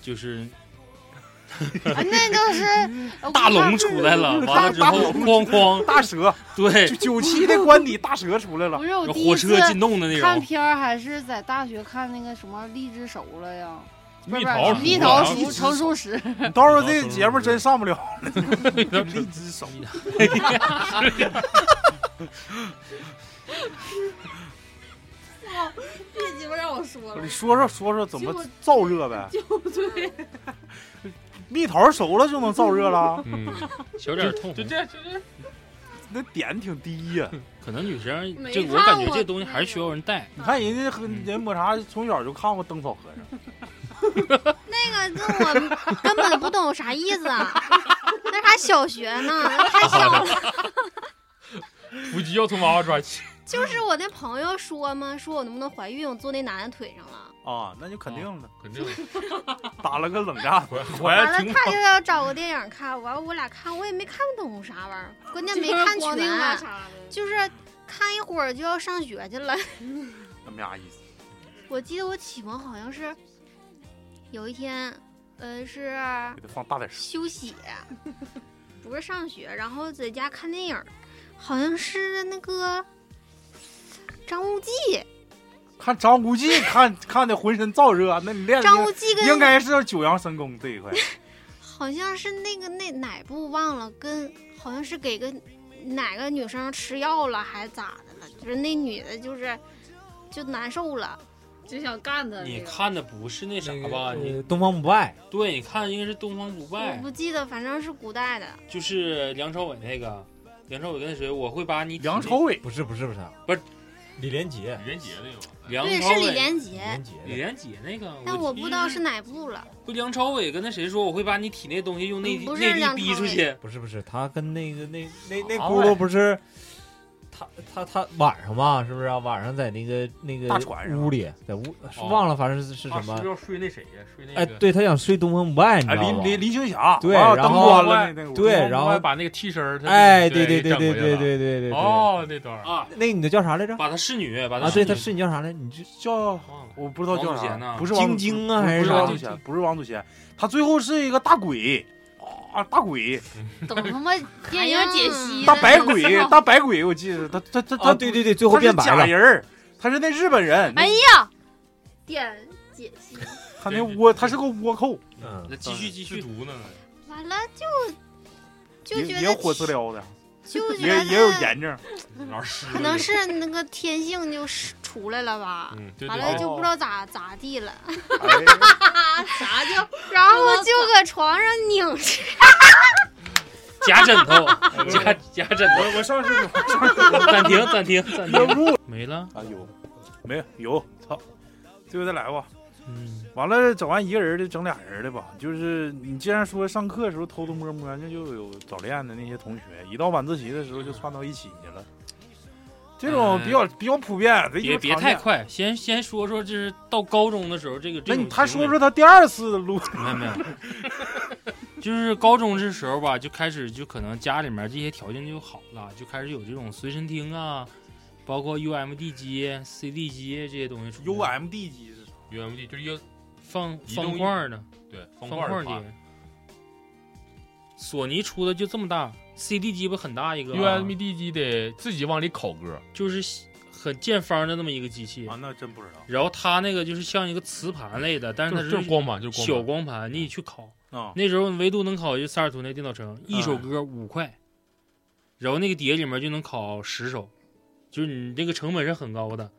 就是
啊，那就是呃我
大
看
龙出来
嗯
了，完了之后
大龙
哐
[laughs]
哐，
大蛇，
对
[laughs] 就，九七的官邸大蛇出来了
不。是我第一
火
次
车进洞的那
看
种，
片儿，还是在大学看那个什么荔枝熟了呀，不
蜜
是
桃
不是蜜
熟啊
桃
了
啊
熟成熟时，
你到时候这个节目真上不了，荔枝手。
别鸡巴让我说
你说说说说怎么燥热呗？
就对，
[laughs] 蜜桃熟了就能燥热了？啊
嗯，
小点儿痛
就。这就这，
那点挺低呀。
可能女生
没
这我
看
感觉
过嗯
这东西还是需要人带。
你看人家和人抹茶从小就看过灯草和尚，
那个，那我根本不懂啥意思啊！那啥小学呢？太小了。
[laughs] 腹肌要从娃娃
[laughs]
抓起，
就是我那朋友说嘛，说我能不能怀孕，我坐那男的腿上了。
啊，那就肯定了，
肯定
打了个冷战。
我
完
还
了，
挺
他就要找个电影看，完了我俩看，我也没看懂啥玩意儿，关键没看
光腚拉
全，啊
碴的
就是看一会儿就要上学去了。
那没啥意思。
我记得我启蒙好像是有一天，呃，是
给他放大点声。
休息，不是上学，然后在家看电影儿，好像是那个张无忌，
看张无忌，看看的浑身燥热，啊那你练
张无忌
应
跟
该是九阳神功这一块。
好像是那个那哪部忘了，跟好像是给个哪个女生吃药了还是咋的了，就是那女的就是就难受了，
就想干他。
你看的不是那啥吧？你
嗯
呃东方不败，
对，你看应该是《东方不败
我不》，记得，反正是古代的。
就是梁朝伟那个。梁朝伟跟谁？我会把你体内
梁朝伟
不是不是不是，啊
不是
李连杰，
李连杰 [laughs] 那个，
梁
对，
朝
是
伟
李连
李
杰，
连杰
李
的
连杰那个，
但我不知道是
哪。
哪部了。
不，梁朝伟跟那谁说我会把你体内东西用内
嗯不是
内力
梁
逼
朝
出
伟
去？
不是不是，他跟那个那那那
啥
轱
玩意
辘
儿
不是。他他他晚上吧，是不是啊？晚上在那个那个
大船上
屋里，在屋
哦
忘了，反正是是
他
什
是不
么
是？要睡那谁呀？睡那个
哎，对他想睡东方不败，你知
哎，
道
林
吗？
林林青霞，啊
对
完了
然
灯
后
关了那那屋
对
然
然
后
后
把那个替身儿，他
哎，
给
对对
给
对
整
对
回去
对
了
对对对。
哦，那段儿
啊，
那个女的叫啥来着？
把他侍女，把他
啊，对，
他
她是你叫啥来？你这
叫
忘了，
我不知道叫
王祖
啥
贤呐，
不是王
晶晶啊
不
还是
不是
啥
王祖贤？不是王祖贤，他最后是一个大鬼。啊，大鬼，
等他 [laughs] 妈电影解析呢，
大白
[laughs]
鬼
等，
啊
他妈
大白鬼，我记得他他他他，
啊，对对对，最后
他是
变白
假
了。
人儿，他是那日本人，
哎呀，点解析，
他那倭，他是个倭寇，
嗯，
那继续继
续
续，
毒呢，
[laughs] 完了就就
也
觉
也有火
得
刺撩的，
就觉
也
得
也有炎症，
嗯
老师
可能是那个天性就是出来了吧。
嗯，对
完
对
了
对，
就不知道咋咋地了，
哎
啥叫
然 [laughs] 后就搁床上拧着，
夹枕
[laughs]
头，夹夹枕头，
我我上去
暂停暂停暂停，没了，
啊有，没有操，最后再来吧。
嗯，
完了，整完一个人的，整俩人的吧。就是你既然说上课的时候偷偷摸摸，那就有早恋的那些同学，一到晚自习的时候就窜到一起去了。这种
嗯
比较、比较普遍，贼鸡
别
巴
别
常
太
见。
快，先先说说，就是到高中的时候，这个这
那
种
你他
行
说
为
说他第二次的
[laughs]
路，
没有没有，就是高中这时候吧，就开始就可能家里面这些条件就好了，就开始有这种随身听啊，包括 UMD 机、CD 机这些东西出现
UMD 机是啥？
UMD 就是一个
放
移动
方块儿的
对
方
方块儿
儿
盘
机。索尼出的就这么大，CD 机不很大一个
啊
吗
，UMD 机得自己往里拷歌，
就是很见方的那么一个机器。
啊，那真不知道
然后它那个就是像一个磁盘类的，但是
就
它
是就是光盘，就是
小
光盘。
光盘，你得去拷。
啊。
那时候唯独能考就萨尔图那电脑城，一首
嗯
歌五块，然后那个碟里面就能考十首，就是你这个成本是很高的。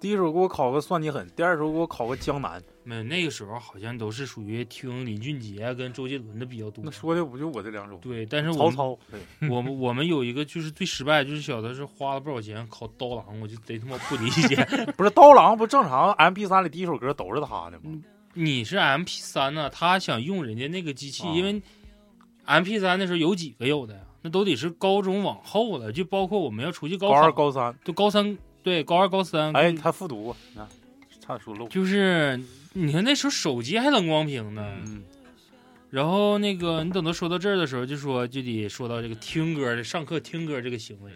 第一首给我考个算你狠，第二首给我考个江南。
没那个时候好像都是属于听林俊杰跟周杰伦的比较多
那。说的不就我这两首？
对，但是嗯我
曹
们
操，对，
我们我们有一个就是最失败，就是小的是花了不少钱考刀郎，我就贼他妈不理解。 [laughs]
不是刀郎不正常？M P 三里第一首歌都是他的
嗯
吗？
你是 M P 三呢，他想用人家那个机器，
啊
因为 M P 三那时候有几个有的呀？那都得是高中往后了，就包括我们要出去高嗯
高
考
二、高三，
就高三，对，高二、高三，
哎，他复读过，你
嗯
看，差点说漏。
就是你看那时候手机还蓝光屏呢。
嗯，
然后那个你等到说到这儿的时候，就说就得说到这个听歌的上课听歌这个行为，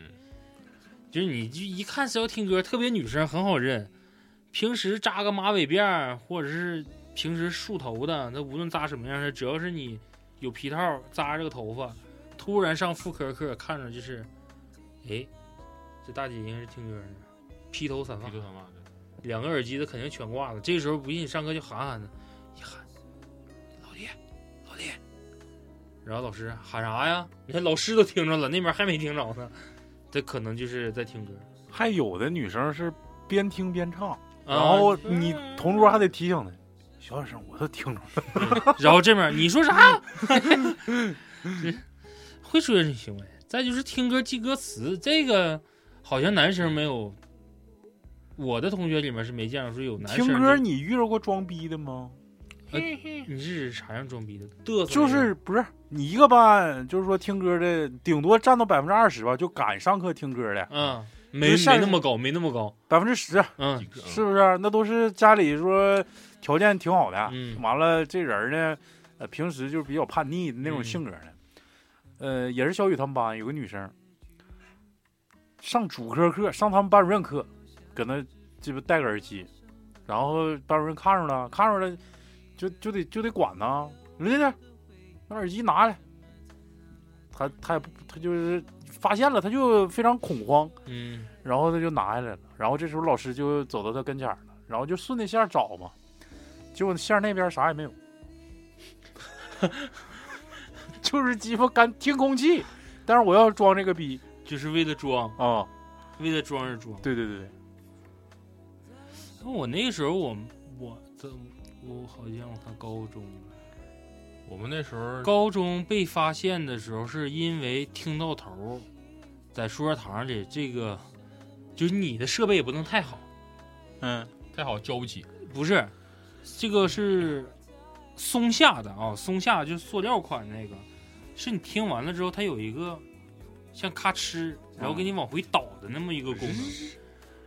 就是你就一看是要听歌，特别女生很好认，平时扎个马尾辫儿或者是平时梳头的，那无论扎什么样的，只要是你有皮套扎这个头发，突然上妇科课看着就是，哎，这大姐应该是听歌呢，披头散发
你，都他妈的
两个耳机的肯定全挂了。这时候不信，上课就喊喊他，一喊，老弟，老弟。然后老师喊啥呀？你看老师都听着了，那边还没听着呢。这可能就是在听歌。
还有的女生是边听边唱，
啊
然后
[laughs]
你同桌还得提醒她，小点声，我都听着了。
然后这边你说啥？ [laughs] 这会出现这种行为。再就是听歌记歌词，这个好像男生没有，我的同学里面是没见着说有男生
听歌你遇着过装逼的吗？
就。你是指啥样装逼的？嘚瑟那种
就是不是你一个班，就是说听歌的顶多占到百分之二十吧，就敢上课听歌的
嗯，没
就上
没那么高，没那么高。
百分之十，啊
嗯
几个
是不是？那都是家里说条件挺好的，
嗯
完了这人呢，呃，平时就是比较叛逆的那种
嗯
性格的，呃，也是小雨他们班有个女生，上主科课，上他们班主任课，搁那鸡巴戴个耳机，然后班主任看着了，看着了，就就得就得管呐，人家把耳机拿来，他他也不他就是发现了，他就非常恐慌。
嗯
然后他就拿下来了，然后这时候老师就走到他跟前儿了，然后就顺着线儿找嘛，结果线儿那边啥也没有， [laughs] 就是鸡巴干听空气，但是我要装这个逼，
就是为了装，
啊、
为了装而装。
对对对对，
我那个时候我我的我好像我看高中，
嗯我们那时候
高中被发现的时候是因为听到头儿，在数学堂里这个就是你的设备也不能太好，
嗯
太好交不起，
不是，这个是松下的啊，松下就是塑料款那个，是你听完了之后，它有一个像咔哧，然后给你往回倒的那么一个功能。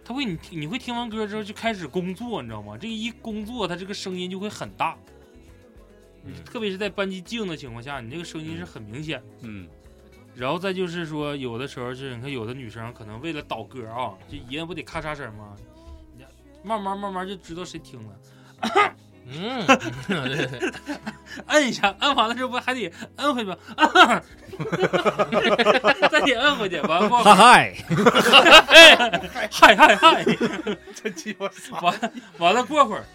它会你听你会听完歌之后就开始工作，你知道吗？这个一工作，它这个声音就会很大，
嗯
特别是在班级静的情况下，你这个声音是很明显的。
嗯，
然后再就是说，有的时候是你看，有的女生可能为了倒歌啊，就一摁不得咔嚓声吗？你慢慢慢慢就知道谁听了，
嗯，对对对
摁一下，摁完了之后不还得摁回去吗？再得摁回去，完过
[laughs]
哎
哈嗨，
嗨嗨嗨，
这鸡巴啥？
完完了过会儿，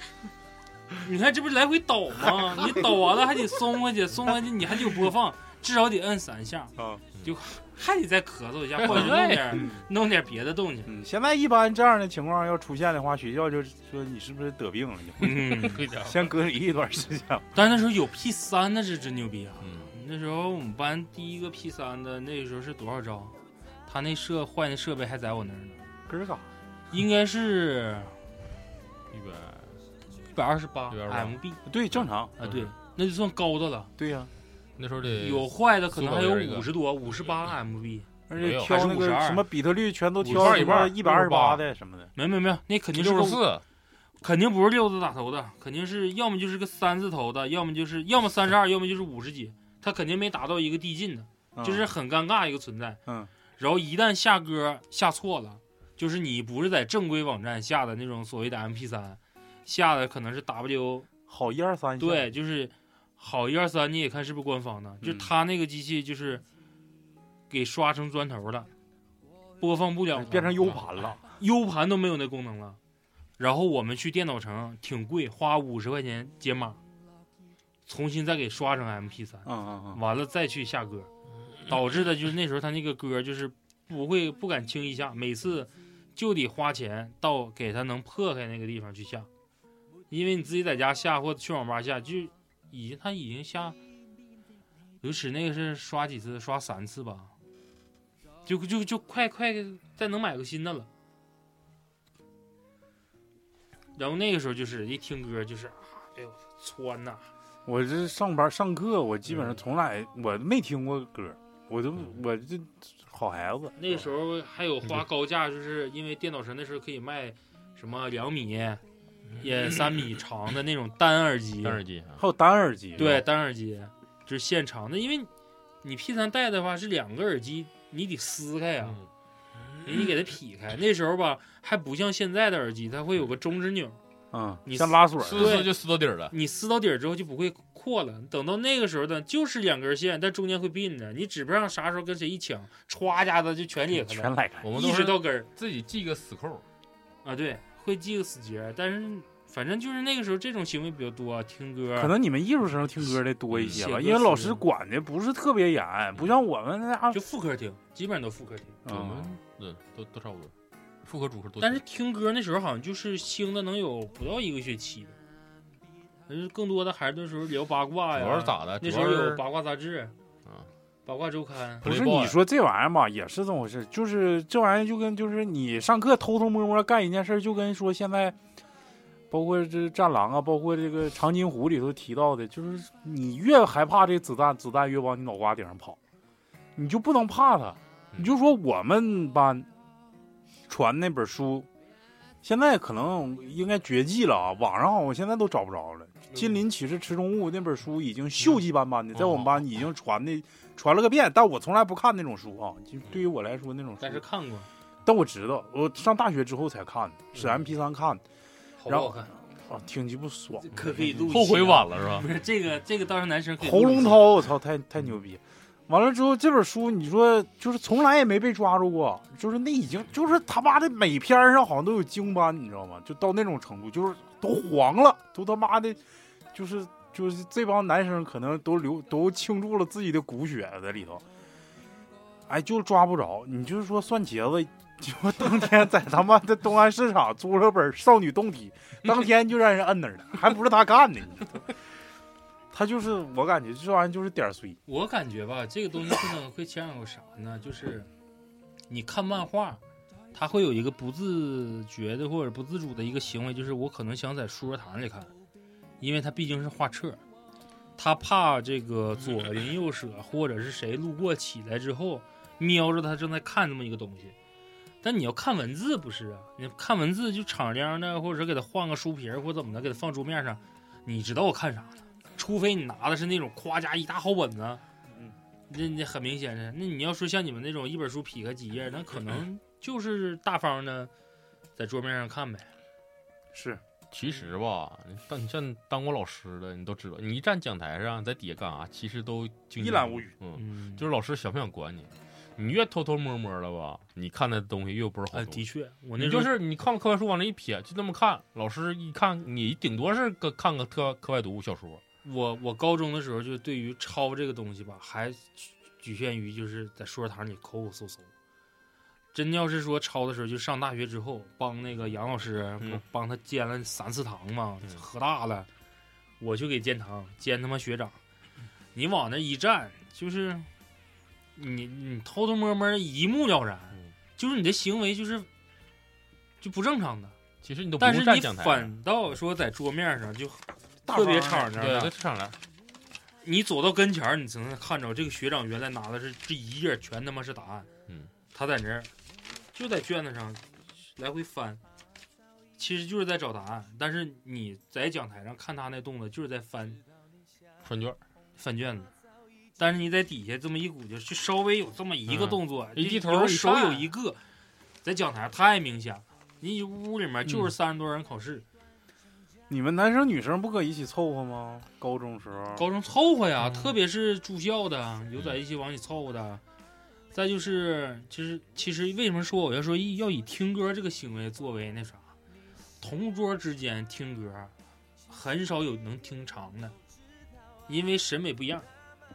你看这不是来回倒吗？你倒完了还得松回去，松回去你还得有播放，至少得摁三下，
啊，
就还得再咳嗽一下，或者是弄点弄点别的动静。
嗯，现在一般这样的情况要出现的话，学校就说你是不是得病了，你
嗯，
对，家
[laughs]
伙，
先隔离一段时间。
[laughs] 但是那时候有 P 三，那是真牛逼啊！
嗯，
那时候我们班第一个 P 三的，那个时候是多少招？他那设坏那设备还在我那儿呢，
根儿嘎，
应该是
一百
一百二十八
128
MB
对，正常，
啊，对，那就算高的了。
对呀、
那时候得
有坏的可能还有
苏打味儿一个
五十多、五十八 MB，
而
没
且
有
挑
还
那
是
个
52
什么比特率全都挑
52
什么
一
一
半
百
儿
二十八的什么的，
没没没有，那肯定是
六
个
十四，
肯定不是六字打头的，肯定是要么就是个三字头的，要么就是要么三十二，要么就是五十几，他肯定没达到一个递进的，
嗯
就是很尴尬一个存在。
嗯，
然后一旦下歌下错了，就是你不是在正规网站下的那种所谓的 MP 三，下的可能是 W，
好一二三一下
对，就是好一二三，你也看是不是官方的，就
嗯
他那个机器就是给刷成砖头了，播放不了 [laughs] 了，
哎
啊
变成 U 盘了，
U 盘都没有那功能了。然后我们去电脑城，挺贵，花五十块钱解码，重新再给刷成 MP 三，
嗯嗯嗯，
完了再去下歌，导致的就是那时候他那个歌就是不会不敢轻易下，每次就得花钱到给他能破开那个地方去下，因为你自己在家下或去网吧下，就已经他已经下，刘驰那个是刷几次，刷三次吧，就就就快快再能买个新的了。然后那个时候就是一听歌就是啊，哎呦窜呐、
我这上班上课，我基本上从来我没听过歌，我都我这好孩子，
嗯那时候还有
嗯
花高价，就是因为电脑城那时候可以卖什么两米、也三米长的那种单耳机，
嗯单耳机啊，
还有单耳机，
对，单耳机就是线长的，因为你 P 三带的话是两个耳机，你得撕开
嗯
呀、你给它劈开。那时候吧，还不像现在的耳机，它会有个中指钮，
嗯，
你
像拉锁似
撕
的，
撕就撕到底儿了。
你撕到底儿之后就不会扩了。等到那个时候呢，就是两根线，但中间会并着，你指不上啥时候跟谁一抢，歘一下子就全裂开
全
了，
来开
我们
一
都
直
是
到根儿。
自己系个死扣，
啊，对，会系个死结儿，但是反正就是那个时候这种行为比较多，啊听歌儿
可能你们艺术生听歌的多一些
嗯写歌
吧，因为老
词
师管的不是特别严，不像我们那家伙
就副歌听，基本上都副歌听。
我
嗯
们对都都差不多，妇科主科都。
但是听歌那时候好像就是兴的能有不到一个学期的，而是更多的还是那时候聊八卦
主
呀。
要是咋的？
那
主
时候
要
有
是
八卦杂志，
啊，
八卦周刊。
不是你说这玩意儿吧，也是这么回事，就是这玩意儿就跟就是你上课偷偷摸摸干一件事儿，就跟说现在，包括这战狼啊，包括这个长津湖里头提到的，就是你越害怕这子弹，子弹越往你脑瓜顶上跑，你就不能怕它。你就说我们班传那本书，现在可能应该绝迹了啊，网上好像现在都找不着了。《金陵启示池中物》那本书已经锈迹斑斑的，在我们班已经传的传了个遍，但我从来不看那种书啊。就对于我来说，那种书，
但是看过，
但我知道，我上大学之后才看的，是
嗯
M P 三看的，
好不
然
好
后
看？
啊，听起不爽。
可可以录一期
嗯后悔晚
啊。
了是吧？
不是这个，这个倒是男生可以录
喉
一期。嗯
龙涛，我操，太太牛逼！完了之后，这本书你说就是从来也没被抓住过，就是那已经就是他妈的每篇上好像都有经斑，你知道吗？就到那种程度，就是都黄了，都他妈的，就是就是这帮男生可能都流都倾注了自己的骨血在里头，哎，就抓不着。你就是说蒜茄子， [laughs] 就当天在他妈的东安市场租了本《少女动体》，当天就让人摁那儿了，还不是他干的，你知道吗他就是我感觉这玩意儿就是点儿碎。
我感觉吧，这个东西可能会牵扯到啥呢？就是你看漫画，它会有一个不自觉的或者不自主的一个行为，就是我可能想在书桌堂里看，因为它毕竟是画册，他怕这个左邻右舍或者是谁路过起来之后瞄着他正在看这么一个东西。但你要看文字不是啊？你看文字就敞亮的，或者是给他换个书皮儿或怎么的，给他放桌面上，你知道我看啥呢？除非你拿的是那种夸家一大厚本子，
嗯，
那那很明显是。那你要说像你们那种一本书劈开几页，那可能
[laughs]
就是大方的在桌面上看呗。
是，
其实吧，你当你像当过老师的，你都知道，你一站讲台上，在底下干啥，其实都经
一览无余。
嗯，
嗯
就是老师想不想管你，你越偷偷摸摸的吧，你看的东西越不是好
啊，
东西
的。确，我那
你
时候
就是你看课外书往那一撇，就这么看，老师一看，你顶多是个看个课课外读物小说，
我我高中的时候就对于抄这个东西吧，还局局限于就是在书桌堂里口口搜搜。真要是说抄的时候，就上大学之后帮那个杨老师，
嗯
不帮他兼了三次堂嘛，
嗯
喝大了，我就给兼堂，兼他妈学长。你往那一站，就是你你偷偷摸摸一目了然，
嗯
就是你的行为就是就不正常的，
其实你都不
但
用
是
站
你
讲台上。
反倒说在桌面上就
大
特别
方啊
敞亮
对，
的
在，市场来，
你走到跟前儿，你才能看着这个学长原来拿的是这一页全他妈是答案。
嗯，
他在那儿就在卷子上来回翻，其实就是在找答案。但是你在讲台上看他那动作，就是在翻
穿卷儿，
翻卷子。但是你在底下这么一鼓劲，就稍微有这么一个
嗯
动作，
一低头
有
一
手
看
有一个，在讲台上太明显了。你屋里面就是
嗯
三十多人考试，
你们男生女生不搁一起凑合吗？高中时候，
高中凑合呀，
嗯
特别是住校的，有在一起往里凑合的。再就是，其实其实为什么说我要说以要以听歌这个行为作为那啥，同桌之间听歌，很少有能听长的，因为审美不一样。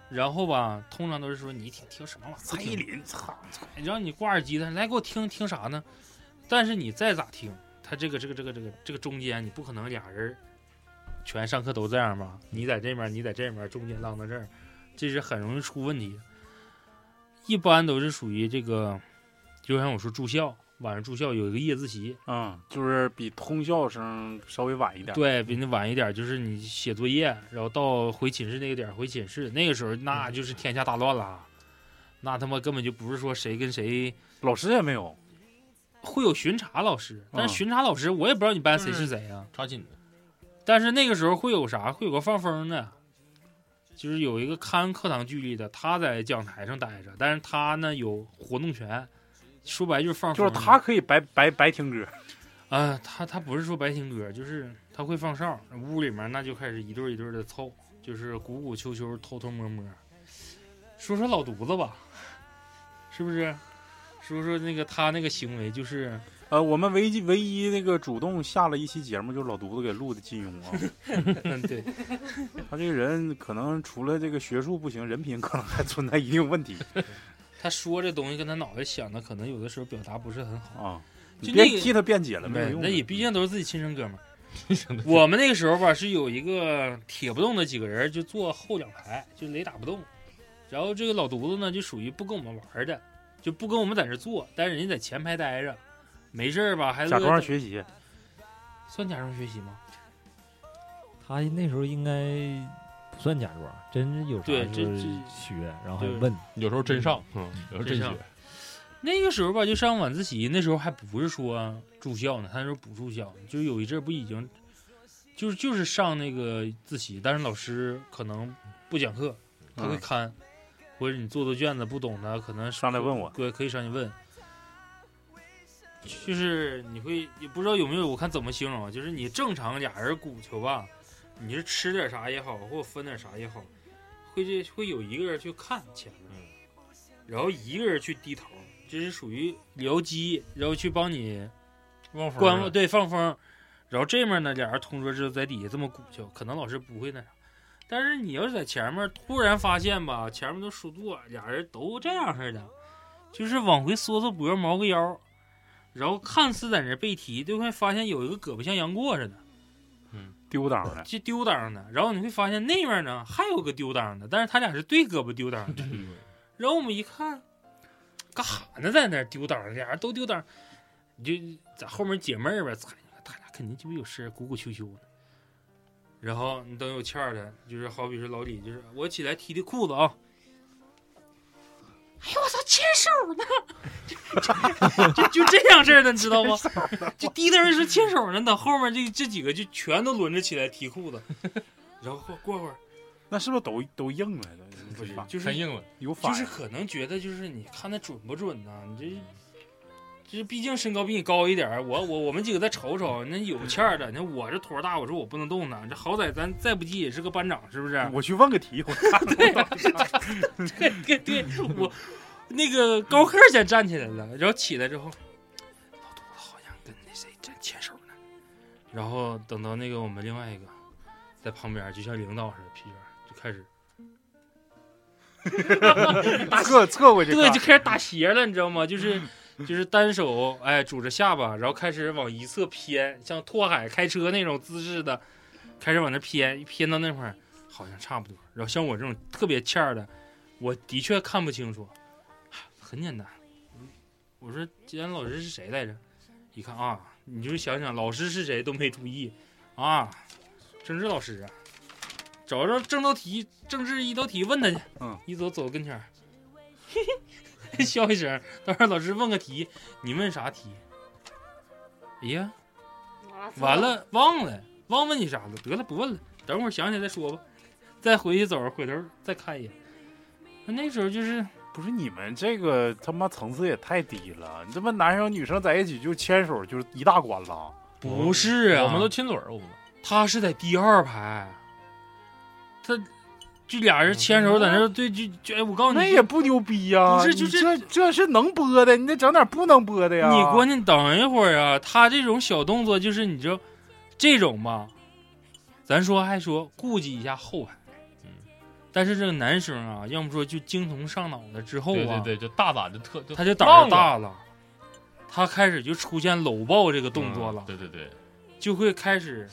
然后吧，通常都是说你听听什么玩意儿，哎
蔡依林，操，
让你挂耳机的，来给我听听啥呢？但是你再咋听，他这个这个这个这个这个中间，你不可能俩人全上课都这样吧？你在这面，你在这面，中间浪到这儿，这是很容易出问题的。一般都是属于这个，就像我说住校，晚上住校有一个夜自习，
嗯，就是比通校生稍微晚一点。，
对比你晚一点，就是你写作业，然后到回寝室那个点儿回寝室，那个时候那就是天下大乱了，啊那他妈根本就不是说谁跟谁。
老师也没有，
会有巡查老师，但是
嗯
巡查老师我也不知道你班谁是谁啊。
查寝的，
但是那个时候会有啥？会有个放风的，就是有一个看课堂纪律的，他在讲台上待着，但是他呢有活动权，说白就是放
就
风
是
的。
他可以白白白听歌，
啊，他他不是说白听歌，就是他会放哨，屋里面那就开始一对儿一对儿的凑，就是鼓鼓秋秋，偷偷摸摸。说说老犊子吧，是不是？说说那个他那个行为，就是
呃，我们唯一唯一那个主动下了一期节目，就是老犊子给录的金庸啊。 [laughs]
嗯对，
他这个人可能除了这个学术不行，人品可能还存在一定问
[laughs]
题
他说这东西跟他脑袋想的可能有的时候表达不是很好。
啊。你
就
别
那个嗯
替他辩解了，没有用的。
那也毕竟都是自己亲生哥们儿。我们那个时候吧，是有一个铁不动的几个人，就坐后两排，就雷打不动。然后这个老犊子呢，就属于不跟我们玩儿的，就不跟我们在这儿坐，但是人家在前排待着，没事儿吧，还
假
乐
装学习，
算假装学习吗？
他那时候应该不算假装，真是有啥
对这
就是
这
学，然后还
对
问，
有时候真上，嗯，有时候真
真上
学，
那个时候吧，就上晚自习，那时候还不是说住校呢，他那时候不住校，就有一阵儿不已经，就是就是上那个自习，但是老师可能不讲课，他会
嗯
看，或者你做做卷子不懂的，可能
上来问我
对，可以上去问。就是你会也不知道有没有，我看怎么形容啊？就是你正常俩人鼓球吧，你是吃点啥也好，或分点啥也好，会这会有一个人去看前面，然后一个人去低头，这是属于僚机，然后去帮你
忘分
关
儿了。
对放风，然后这面呢俩人同桌就在底下这么鼓球，可能老师不会那啥，但是你要是在前面突然发现吧，前面都熟坐，俩人都这样似的，就是往回缩缩脖，猫个腰，然后看似在那儿背题，就会发现有一个胳膊像杨过似的，
丢档的。
就丢裆的，然后你会发现那面呢还有个丢裆的，但是他俩是对胳膊丢裆的，然后我们一看，干哈呢，在那儿丢裆，俩人都丢裆，你就在后面解闷儿呗。操，你看他俩肯定鸡巴有事儿，鼓鼓秋秋的。然后你等有欠儿的，就是好比说老李，就是我起来提提裤子啊。哎呦我操，牵手呢， [laughs] 就 [laughs] 就就这样式儿的，你知道吗？就低头说牵手呢，等后面这这几个就全都轮着起来
[laughs]
提裤子，然后过过会儿
那是不是都都硬了？
不是
反
就是
太硬了，
有反
就
应
是可能觉得就是你看他准不准呢、你这这毕竟身高比你高一点儿，我我我们几个再瞅瞅，那有欠儿的，那我这坨儿大，我说我不能动呢，这好歹咱再不济也是个班长，是不
[laughs]
是？
我去问个题，
[laughs]
我
对对对，我那个高个儿先站起来了，然后起来之后，老犊子好像跟那谁真牵手呢。然后等到那个我们另外一个在旁边，就像领导似的，屁眼儿就开始
[laughs] 侧侧过去
对，
看
就开始打斜了，你知道吗？就是就是单手哎拄着下巴，然后开始往一侧偏，像拓海开车那种姿势的，开始往那偏，一偏到那块儿好像差不多。然后像我这种特别欠儿的，我的确看不清楚，啊很简单。我说今天老师是谁来着？一看啊，你就想想老师是谁都没注意啊，政治老师啊，找着正道题，政治一道题问他去。
嗯，
一走走跟前儿， [laughs] 笑一声。当时老师问个题，你问啥题？哎呀，完，了忘了，忘问你啥了？得了，不问了，等会儿想起来再说吧。再回去走，回头再看一眼。那时候就是
不是你们这个他妈层次也太低了，你他妈男生女生在一起就牵手就是一大关了，
哦不是啊？
我们都亲嘴儿，我们
他是在第二排，他就俩人牵手在那儿对就就哎，我告诉
那
你，
也不牛逼呀、
不是
你
就是
这这是能播的，你得整点不能播
啊
的呀。
你关键等一会儿啊，他这种小动作就是你知道，这种吧，咱说还说顾及一下后排，
嗯
但是这个男生啊，要么说就精虫上脑了之后啊，
对对对，就大胆就特就
他就胆儿
浪
大了，他开始就出现搂抱这个动作了，
嗯对对对，
就会开始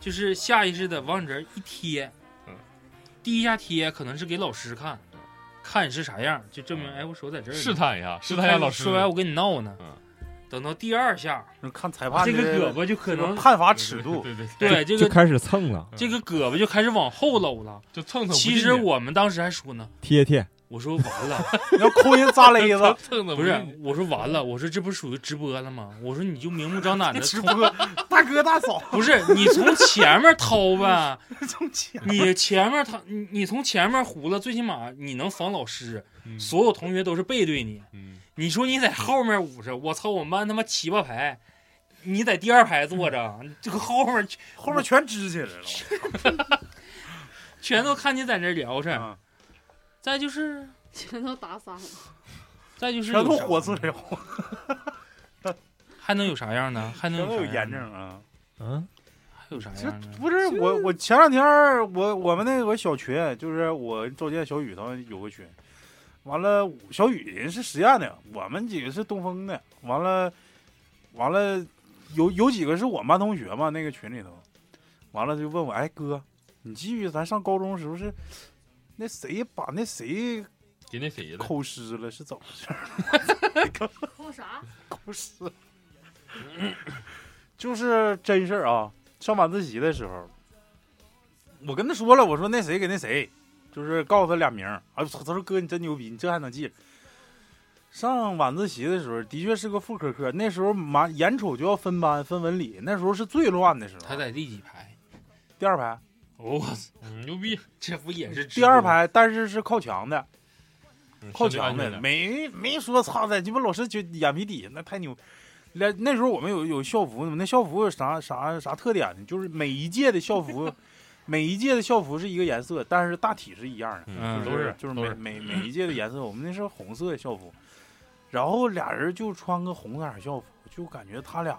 就是下意识的往你这儿一贴，
嗯
第一下贴可能是给老师看
嗯，
看你是啥样，就证明
嗯
哎我手在这儿呢，
试探一下，试探一下老师。
说哎完我跟你闹呢，
嗯
等到第二下。
看裁判
这个
的
胳膊就可能
判罚尺度，
对对对，
对这
就
个
开始蹭了，
这个胳膊就开始往后搂了。
就蹭蹭不进去。
其实我们当时还说呢，
贴贴，
我说完 [laughs] 了，
你要抠人扎勒
蹭，
[laughs]
子
蹭蹭
不
不进
是
去，
我说完了，我说这不是属于直播了吗？我说你就明目张胆的
直
从，
播大哥大嫂 [laughs]
不是你从前面掏呗，
挣钱。
你前面掏，你你从前面糊了，最起码你能防老师，
嗯
所有同学都是背对你。
嗯
你说你在后面捂着，我操，我们班他妈七八排，你在第二排坐着，这个后面全
后面全支起来了。
全都看你在那聊着。
嗯
再就是，
全都打散 [laughs] 了。
再就是
全都
有啥
火自了，
还能有啥样呢？还能
全都有
啥样
炎
呢
症啊！
嗯，
还有啥
这
样呢？
不是我，我前两天儿我我们那有个小群，就是我赵健、小雨他们有个群，完了小雨人是实验的，我们几个是东风的，完了完了有有几个是我们班同学嘛，那个群里头，完了就问我，哎哥，你记不记得咱上高中时候是那谁把那谁
给那谁了？
抠湿了，是怎么回事儿？
扣啥？
不是， [laughs] 就是真事儿啊！上晚自习的时候，我跟他说了，我说那谁给那谁，就是告诉他俩名儿。哎呦，他说哥你真牛逼，你这还能记着。上晚自习的时候，的确是个副科课。那时候马眼瞅就要分班分文理，那时候是最乱的时候。
他在第几排？
第二排，
我操，
嗯牛逼，
这不也是直
第二
播？
排，但是是靠墙的，
嗯
靠
相
墙
对安
的
全，点
没没说操的，鸡巴老师就眼皮底下那太牛。那那时候我们有有校服，那校服有啥啥啥特点呢？就是每一届的校服， [laughs] 每一届的校服是一个颜色，但是大体是一样的，
嗯
就
都是
就是
都
每
[laughs]
是
每每一届的颜色。我们那是红色的校服，然后俩人就穿个红色校服，就感觉他俩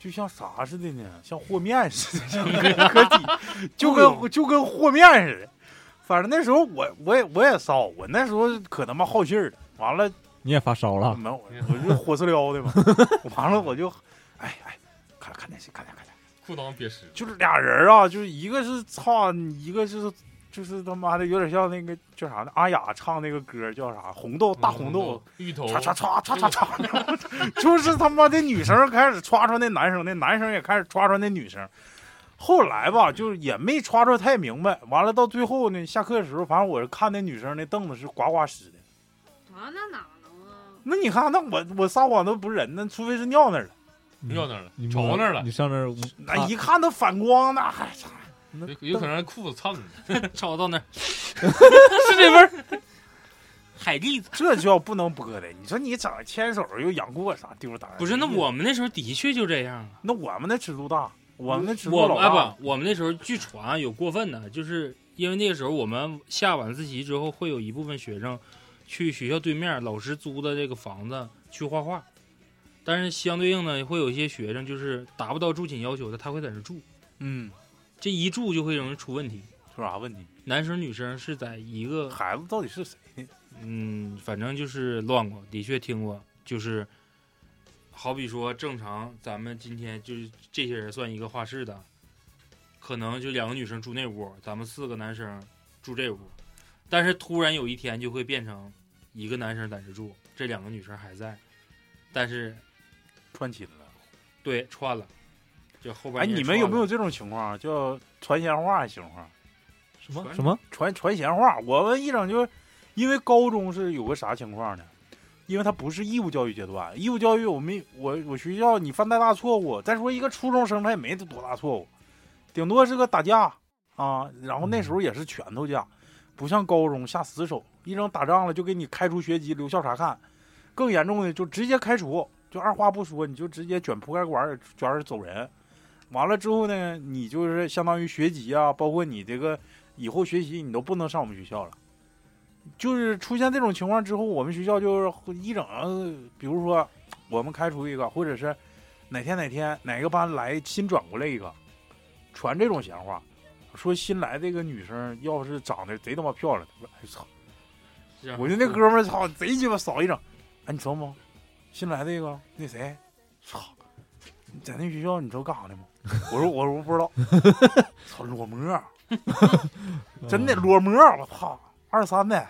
就像啥似的呢，像和面似的，像
[laughs]
个个体，就
哦
跟就跟和面似的。反正那时候我我也我也骚，我那时候可他妈好信儿了。完了，
你也发烧了，
没有，我就火刺撩的嘛。完了我就，哎哎，看看那谁，看那看那，
裤裆憋湿了。
就是俩人啊，就是一个是操，一个就是就是他妈的有点像那个叫啥呢？阿雅唱那个歌叫啥？红豆大红豆，哦
芋头，
歘歘歘歘歘歘， [laughs] 就是他妈的女生开始刷刷那男生，那男生也开始刷刷那女生。后来吧，就是也没刷刷太明白。完了到最后呢，下课的时候，反正我是看那女生那凳子是呱呱湿的。
啊，那哪能啊？
那你看，那我我撒谎都不是人，那除非是尿那儿了。
嗯
撂那儿了
你，
朝那儿了
你，上那儿捂，
那一看那反光，那还
有有可能让裤子蹭的。
吵到那儿， [laughs] 是这味儿。海蛎子
这叫不能播的。你说你整牵手又养过啥丢胆？
不是？那我们那时候的确就这样啊。
那我们那尺度大，我们那尺
我
度
们
老
啊
大。
不，我们那时候据传有过分的，就是因为那个时候我们下晚自习之后，会有一部分学生去学校对面老师租的这个房子去画画，但是相对应呢，会有一些学生就是达不到住寝要求的，他会在那住，
嗯，
这一住就会容易出问题。
出啥问题？
男生女生是在一个
孩子到底是谁？
嗯，反正就是乱过，的确听过，就是好比说正常，咱们今天就是这些人算一个画室的，可能就两个女生住那屋，咱们四个男生住这屋，但是突然有一天就会变成一个男生在这住，这两个女生还在，但是
穿亲了。
对串了，就后边
哎，你们有没有这种情况啊？叫传闲话型号，
什么什么
传传闲话？我们一整就因为高中是有个啥情况呢？因为它不是义务教育阶段，义务教育我们我我学校你犯再大错误，再说一个初中生他也没多大错误，顶多是个打架啊，然后那时候也是拳头架，不像高中下死手，一整打仗了就给你开除学籍、留校察看，更严重的就直接开除，就二话不说你就直接卷铺盖管儿卷儿走人，完了之后呢，你就是相当于学籍啊，包括你这个以后学习你都不能上我们学校了。就是出现这种情况之后，我们学校就是一整，呃比如说我们开除一个，或者是哪天哪天哪个班来新转过来一个，传这种闲话，说新来这个女生要是长得贼他妈漂亮，他说哎操，我就那哥们儿操贼鸡巴扫一整，哎你瞅吗？新来这个那谁，操，你在那学校你知道干啥的吗？我说我说我不知道，操裸模儿，真的裸模儿，我操，二三的，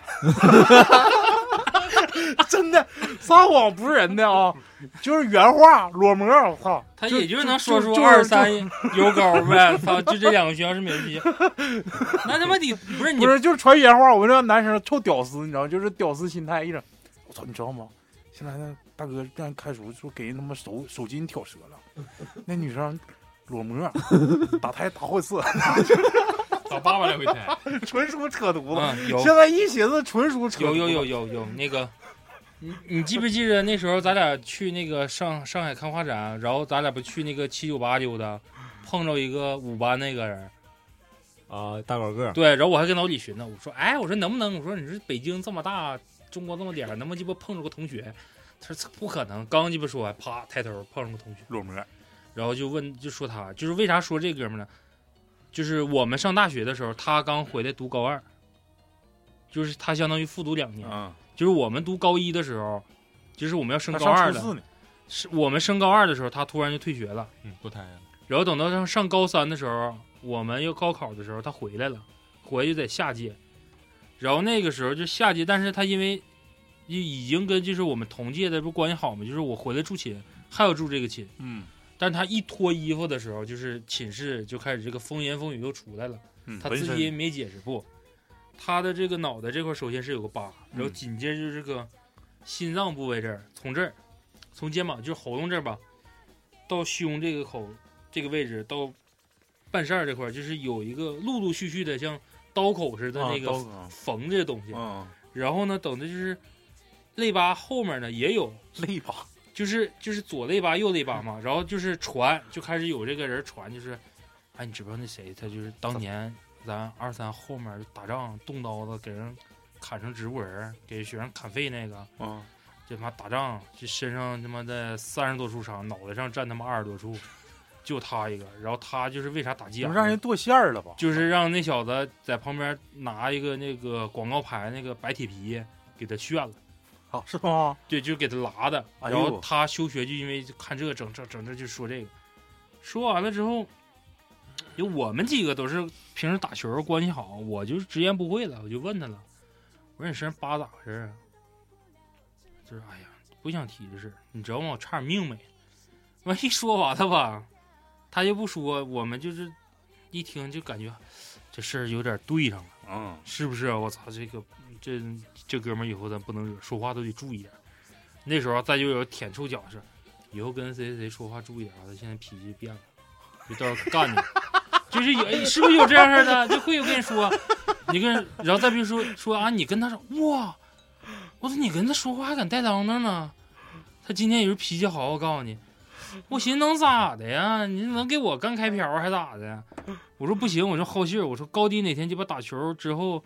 [laughs] 真的撒谎不是人的啊，就是原话裸模儿，我操，
他
就
也就能说出
就就
二三油膏呗，操！就这两个学校是免批，那他妈得不是你
[laughs] 不是就是传原话，我们这男生臭屌丝，你知道吗，就是屌丝心态一整，我操，你知道吗？现在那大哥让人开除，说给人他妈手手筋挑折了，那女生裸模儿，打胎打好几次，
打八百来回
[laughs]
胎，
纯属扯犊子。
啊，有
现在一寻思，纯属扯。
有有有，有有那个，你你记不记得那时候咱俩去那个上上海看画展，然后咱俩不去那个七九八溜达，碰着一个五班那个人，
啊，大
[laughs]
高个儿，
对，然后我还跟老李寻呢，我说哎，我说能不能，我说你说北京这么大，中国这么点儿，能不能鸡巴碰着个同学？他说不可能，刚鸡巴说完，啪抬头碰上个同学。
裸模儿，
然后就问，就说他，就是为啥说这哥们儿呢？就是我们上大学的时候，他刚回来读高二，就是他相当于复读两年。
嗯，
就是我们读高一的时候，就是我们要升
他
高
上
二
初四
了，
呢，
是我们升高二的时候，他突然就退学了。
嗯，多胎啊，
然后等到上上高三的时候，我们要高考的时候，他回来了，回来就在下届。然后那个时候就下届，但是他因为就已经跟就是我们同届的不关系好嘛，就是我回来住寝，还有住这个寝。
嗯，
但他一脱衣服的时候，就是寝室就开始这个风言风语又出来了。
嗯
他
纹
自
身
己也没解释不，他的这个脑袋这块首先是有个疤，然后
嗯
紧接着就是这个心脏部位这儿，从这儿，从肩膀就是喉咙这儿吧，到胸这个口这个位置到半扇儿这块儿，就是有一个陆陆续续的像刀口似的
啊
那个
刀割
缝这东西。
嗯，
然后呢，等的就是肋巴后面呢也有，
肋吧，
就是就是左肋巴右肋
嗯
巴嘛，然后就是传就开始有这个人传，就是，哎，你知不知道那谁他就是当年咱二三后面打仗动刀子给人砍成植物人儿，给学生砍肺那个，
嗯，
这他妈打仗这身上他妈的三十多处伤，脑袋上占他妈二十多处，就他一个，然后他就是为啥打急
你
眼
们
呢？
让人剁馅儿了吧？
就是让那小子在旁边拿一个那个广告牌那个白铁皮给他炫了。
好啊是吗？
对，就给他拉的。
哎
然
呦
后他休学就因为看这个整整整这就说这个，说完了之后，就我们几个都是平时打球关系好，我就直言不讳了，我就问他了，我说你身上疤咋回事啊？就是哎呀，不想提这事儿，你知道吗？我差点命没了。完一说完了吧，他就不说，我们就是一听就感觉这事儿有点对上了。
嗯，
是不是啊？我操，这个这这哥们儿以后咱不能惹，说话都得注意点儿。那时候再就有舔臭脚是，以后跟谁谁说话注意点儿啊，他现在脾气变了，就到时候干你。 [laughs] 就是有，哎是不是有这样式儿的？就会有跟你说，你跟，然后再比如说说啊，你跟他说，哇，我说你跟他说话还敢带当当呢？他今天也是脾气好，我告诉你，我寻思能咋的呀？你能给我干开瓢儿还咋的？我说不行，我说好信儿，我说高低哪天鸡巴打球之后，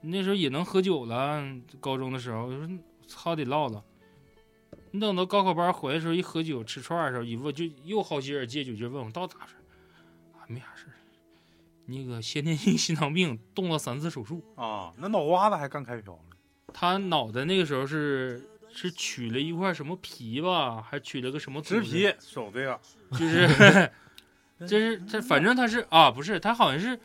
那时候也能喝酒了，高中的时候，我说嗯操得唠唠。你等到高考班回来的时候，一喝酒吃串儿的时候，一问就又好心眼儿借酒劲儿问我到哪事儿，啊没啥事儿，那个先天性心脏病动了三次手术，
啊，那脑瓜子还干开瓢呢，
他脑袋那个时候是是取了一块什么皮吧，还取了个什么
植
组织
皮手这个，
就是
[laughs]
就是他，反正他是啊，不是他好像是，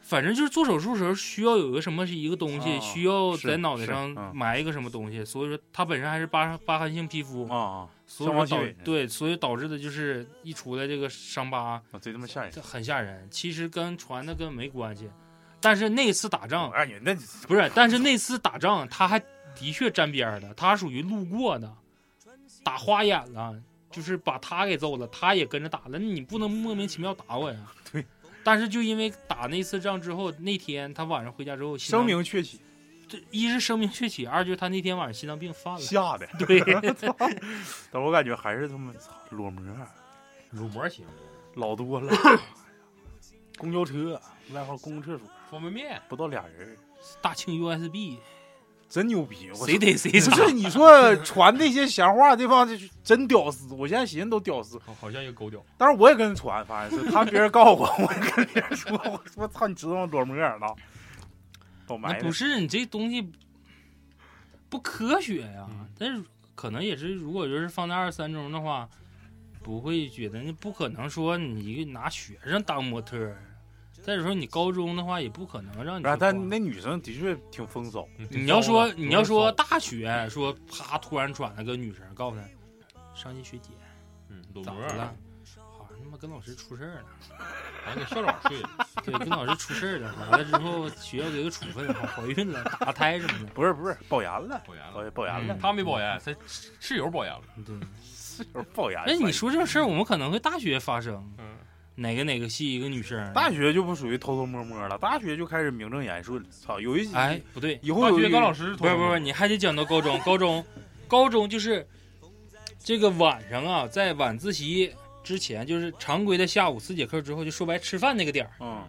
反正就是做手术时候需要有一个什么是一个东西，
啊
需要
是
在脑袋
是嗯
上埋一个什么东西，所以说他本身还是疤疤痕性皮肤，
啊伤
所以说
亡气
导
味
对，所以导致的就是一出来这个伤疤
啊，贼他妈吓人
这很吓人，其实跟传的跟没关系。但是那次打仗
我感觉那
[laughs] 不是，但是那次打仗他还的确沾边儿了，他属于路过的，打花眼了，就是把他给揍了，他也跟着打了，你不能莫名其妙打我呀。
[laughs] 对。
但是就因为打那次仗之后，那天他晚上回家之后，心脏
声，名鹊起，
这一是声名鹊起，二就是他那天晚上心脏病犯了。
吓
[laughs]
的。
对，
但我感觉还是他妈操裸模儿
乳膜行，
老多
[laughs]
了。公交车，外号公共厕所，
方便面
不到俩人儿，
大庆 USB，
真牛逼！我
谁逮谁
不
打。 [laughs]
是你说传那些闲话，这帮就是真屌丝。我现在寻思都屌丝，
好好像一个狗屌，
但是我也跟人传，反正是他别人告诉我，我也跟别人说，我说操，你知道吗？裸模儿了，倒
那
埋汰
不是你这东西不科学呀、
嗯
但是可能也是，如果就是放在二十三中的话，不会觉得你不可能说你一个拿学生当模特儿。再者说你高中的话，也不可能让你去
啊，但
逛。
那女生的确挺风骚，
嗯
你要说
骚的
你要说
有点
大学说啪突然传了个女生，告诉她上届学姐
骚嗯，乳
咋
膜
的了
啊
了，？
好像他妈跟老师出事儿了，
好像给校长睡了，
对，跟老师出事儿了，完了之后学校给个处分，怀孕了，打胎什么的，
不是不是，保研了，
保研
保
了，
研保研了
嗯，
他没保研，他室友保研了，
对。
室友保研。
哎，你说这事儿，我们可能会大学发生，
嗯，
哪个哪个系一个女生，
大学就不属于偷偷摸摸了，大学就开始名正言顺了。操，有一
哎不对，
以后
大
有
学
一
跟老师是
不
同
是不是不
桌
是，你还得讲到高中，高中，高中就是这个晚上啊，在晚自习之前，就是常规的下午四节课之后，就说白吃饭那个点儿，
嗯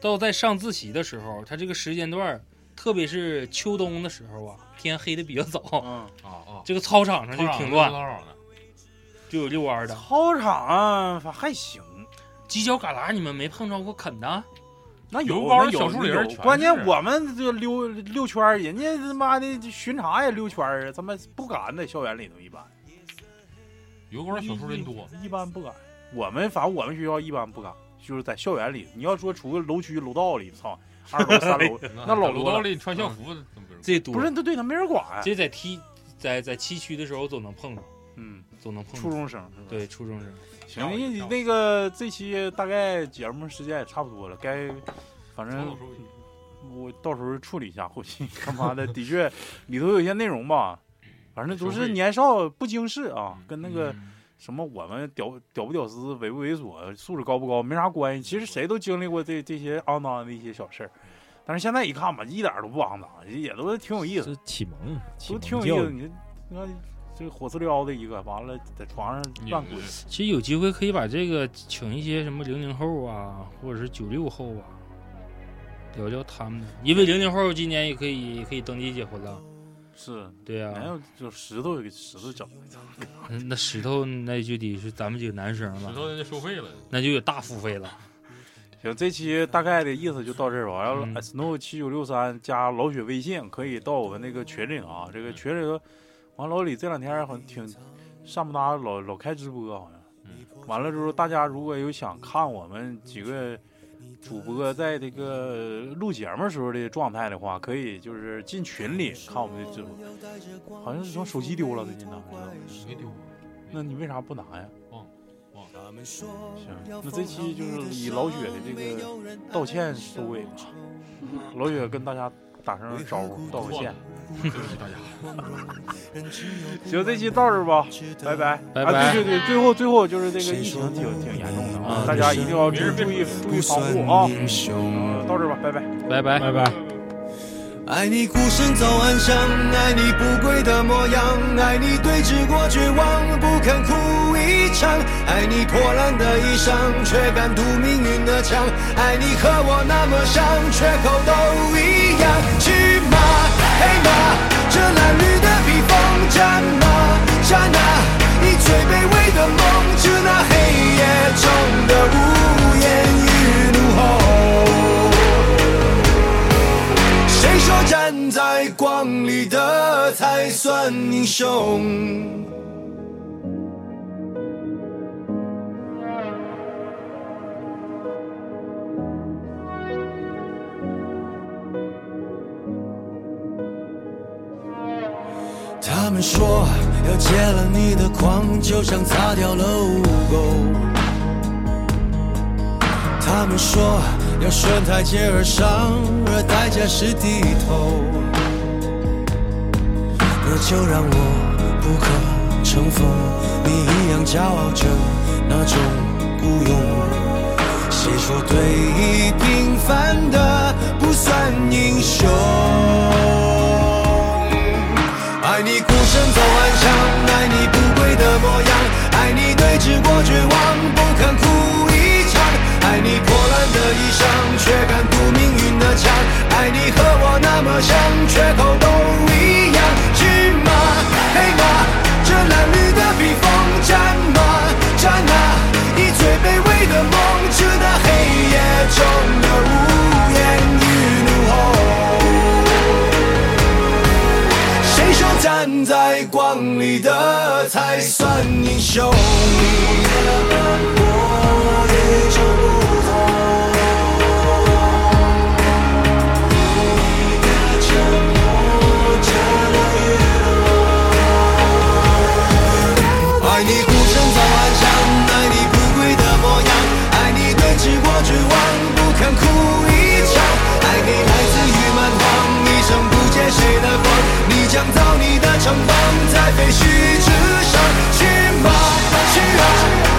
到在上自习的时候，它这个时间段儿，特别是秋冬的时候啊，天黑的比较早，
嗯，
啊啊，
这个操场上就挺乱，
吵吵的
就有遛弯儿的，
操场啊反还行，
犄角旮旯你们没碰着过啃的，
那
油
有
包
有
小树林
有
儿全
关键
是
我们这溜溜圈儿，人家他妈的巡查也溜圈儿啊，他妈不敢在校园里头一般。
油管小树林多，
一，一般不敢。我们反正我们学校一般不敢，就是在校园里。你要说除个楼区楼道里，操，二楼三
[laughs]
楼
那
老
楼
多
道
了
里你穿校服怎么不是？
这多
不是，，那对他没人管。
这在 T 在在七区的时候总能碰着，
嗯，
总能碰着。
初中生是吧？
对，初中生，
行，那那个这期大概节目时间也差不多了，该反
嗯
操
正
作手机
我到时候处理一下后期。他妈的，的确里头有些内容 [laughs] 吧，反正都
收
是
费
年少不经事啊，跟那个。
嗯
什么我们屌屌不屌丝、猥不猥琐、素质高不高没啥关系。其实谁都经历过这这些肮脏的一些小事儿，但是现在一看吧，一点儿都不肮脏，也都挺有意思，
这启蒙，启
都
蒙
挺有
教
意思。
育
你你看这个火刺撩的一个，完了在床上
你
乱滚，
其实有机会可以把这个请一些什么零零后啊，或者是九六后啊，聊聊他们的，因为零零后今年也可以也可以登记结婚了，
是
对
没
啊，
有就石头给石头整的，
那石头那就得是咱们几个男生
石
了，
头人家收费了，
那就有大付费了，
行，这期大概的意思就到这儿吧。然后
嗯
snow 七九六三加老雪微信，可以到我们那个群里啊。这个群里头，完老李这两天好像挺上不搭，老老开直播好像。完了之后，大家如果有想看我们几个主播在这个录节目时候的状态的话，可以就是进群里看我们的直播。好像是说手机丢了最近呢，还是
没丢，
那你为啥不拿呀？
忘了。
行，那这期就是以老雪的这个道歉收尾吧。老雪跟大家打声招呼，道个歉。 [laughs] 行，这期到这儿吧，拜拜，
拜
啊、
拜
对对对，最后最后就是这个疫情挺挺严重的啊，大家一定要注意注意防护啊。
英雄。
嗯，到这儿吧，拜拜。
拜拜
拜拜。
爱你孤身走暗巷，爱你不跪的模样，爱你对峙过绝望，不肯哭一场，爱你破烂的衣裳，却敢堵命运的枪，爱你和我那么像，缺口都一样。骑马，黑马，这褴褛的披风，战马，刹那，你最卑微的梦，致那黑夜中的无言与怒吼。谁说站在光里的才算英雄？他们说要戒了你的狂，就像擦掉了污垢。他们说要顺台阶而上，而代价是低头。那就让我不可乘风，你一样骄傲着那种孤勇。谁说对弈平凡的不算英雄？爱你孤身走暗巷，爱你不跪的模样，爱你对峙过绝望，不堪哭一场，爱你破烂的衣裳，却敢堵命运的枪，爱你和我那么像，缺口都一样，骏马黑马，这褴褛的披风，战马战啊，以最卑微的梦，直到黑夜中的无言与怒吼。谁说站在光里的才算英雄？我与众不同，你的沉默遮了月光。爱你孤身走暗巷，爱你不跪的模样，爱你对峙过绝望，不堪哭一场。爱你来自于蛮荒，一生不借谁的光，你将造你的城邦，在废墟之上。去吧，去啊，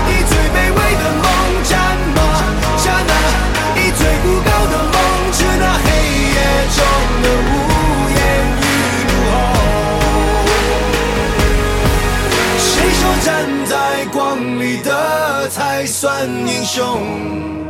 以最卑微的梦战吧，战啊，以最孤高的梦，直到黑夜中的无言与怒吼。谁说站在光里的才算英雄？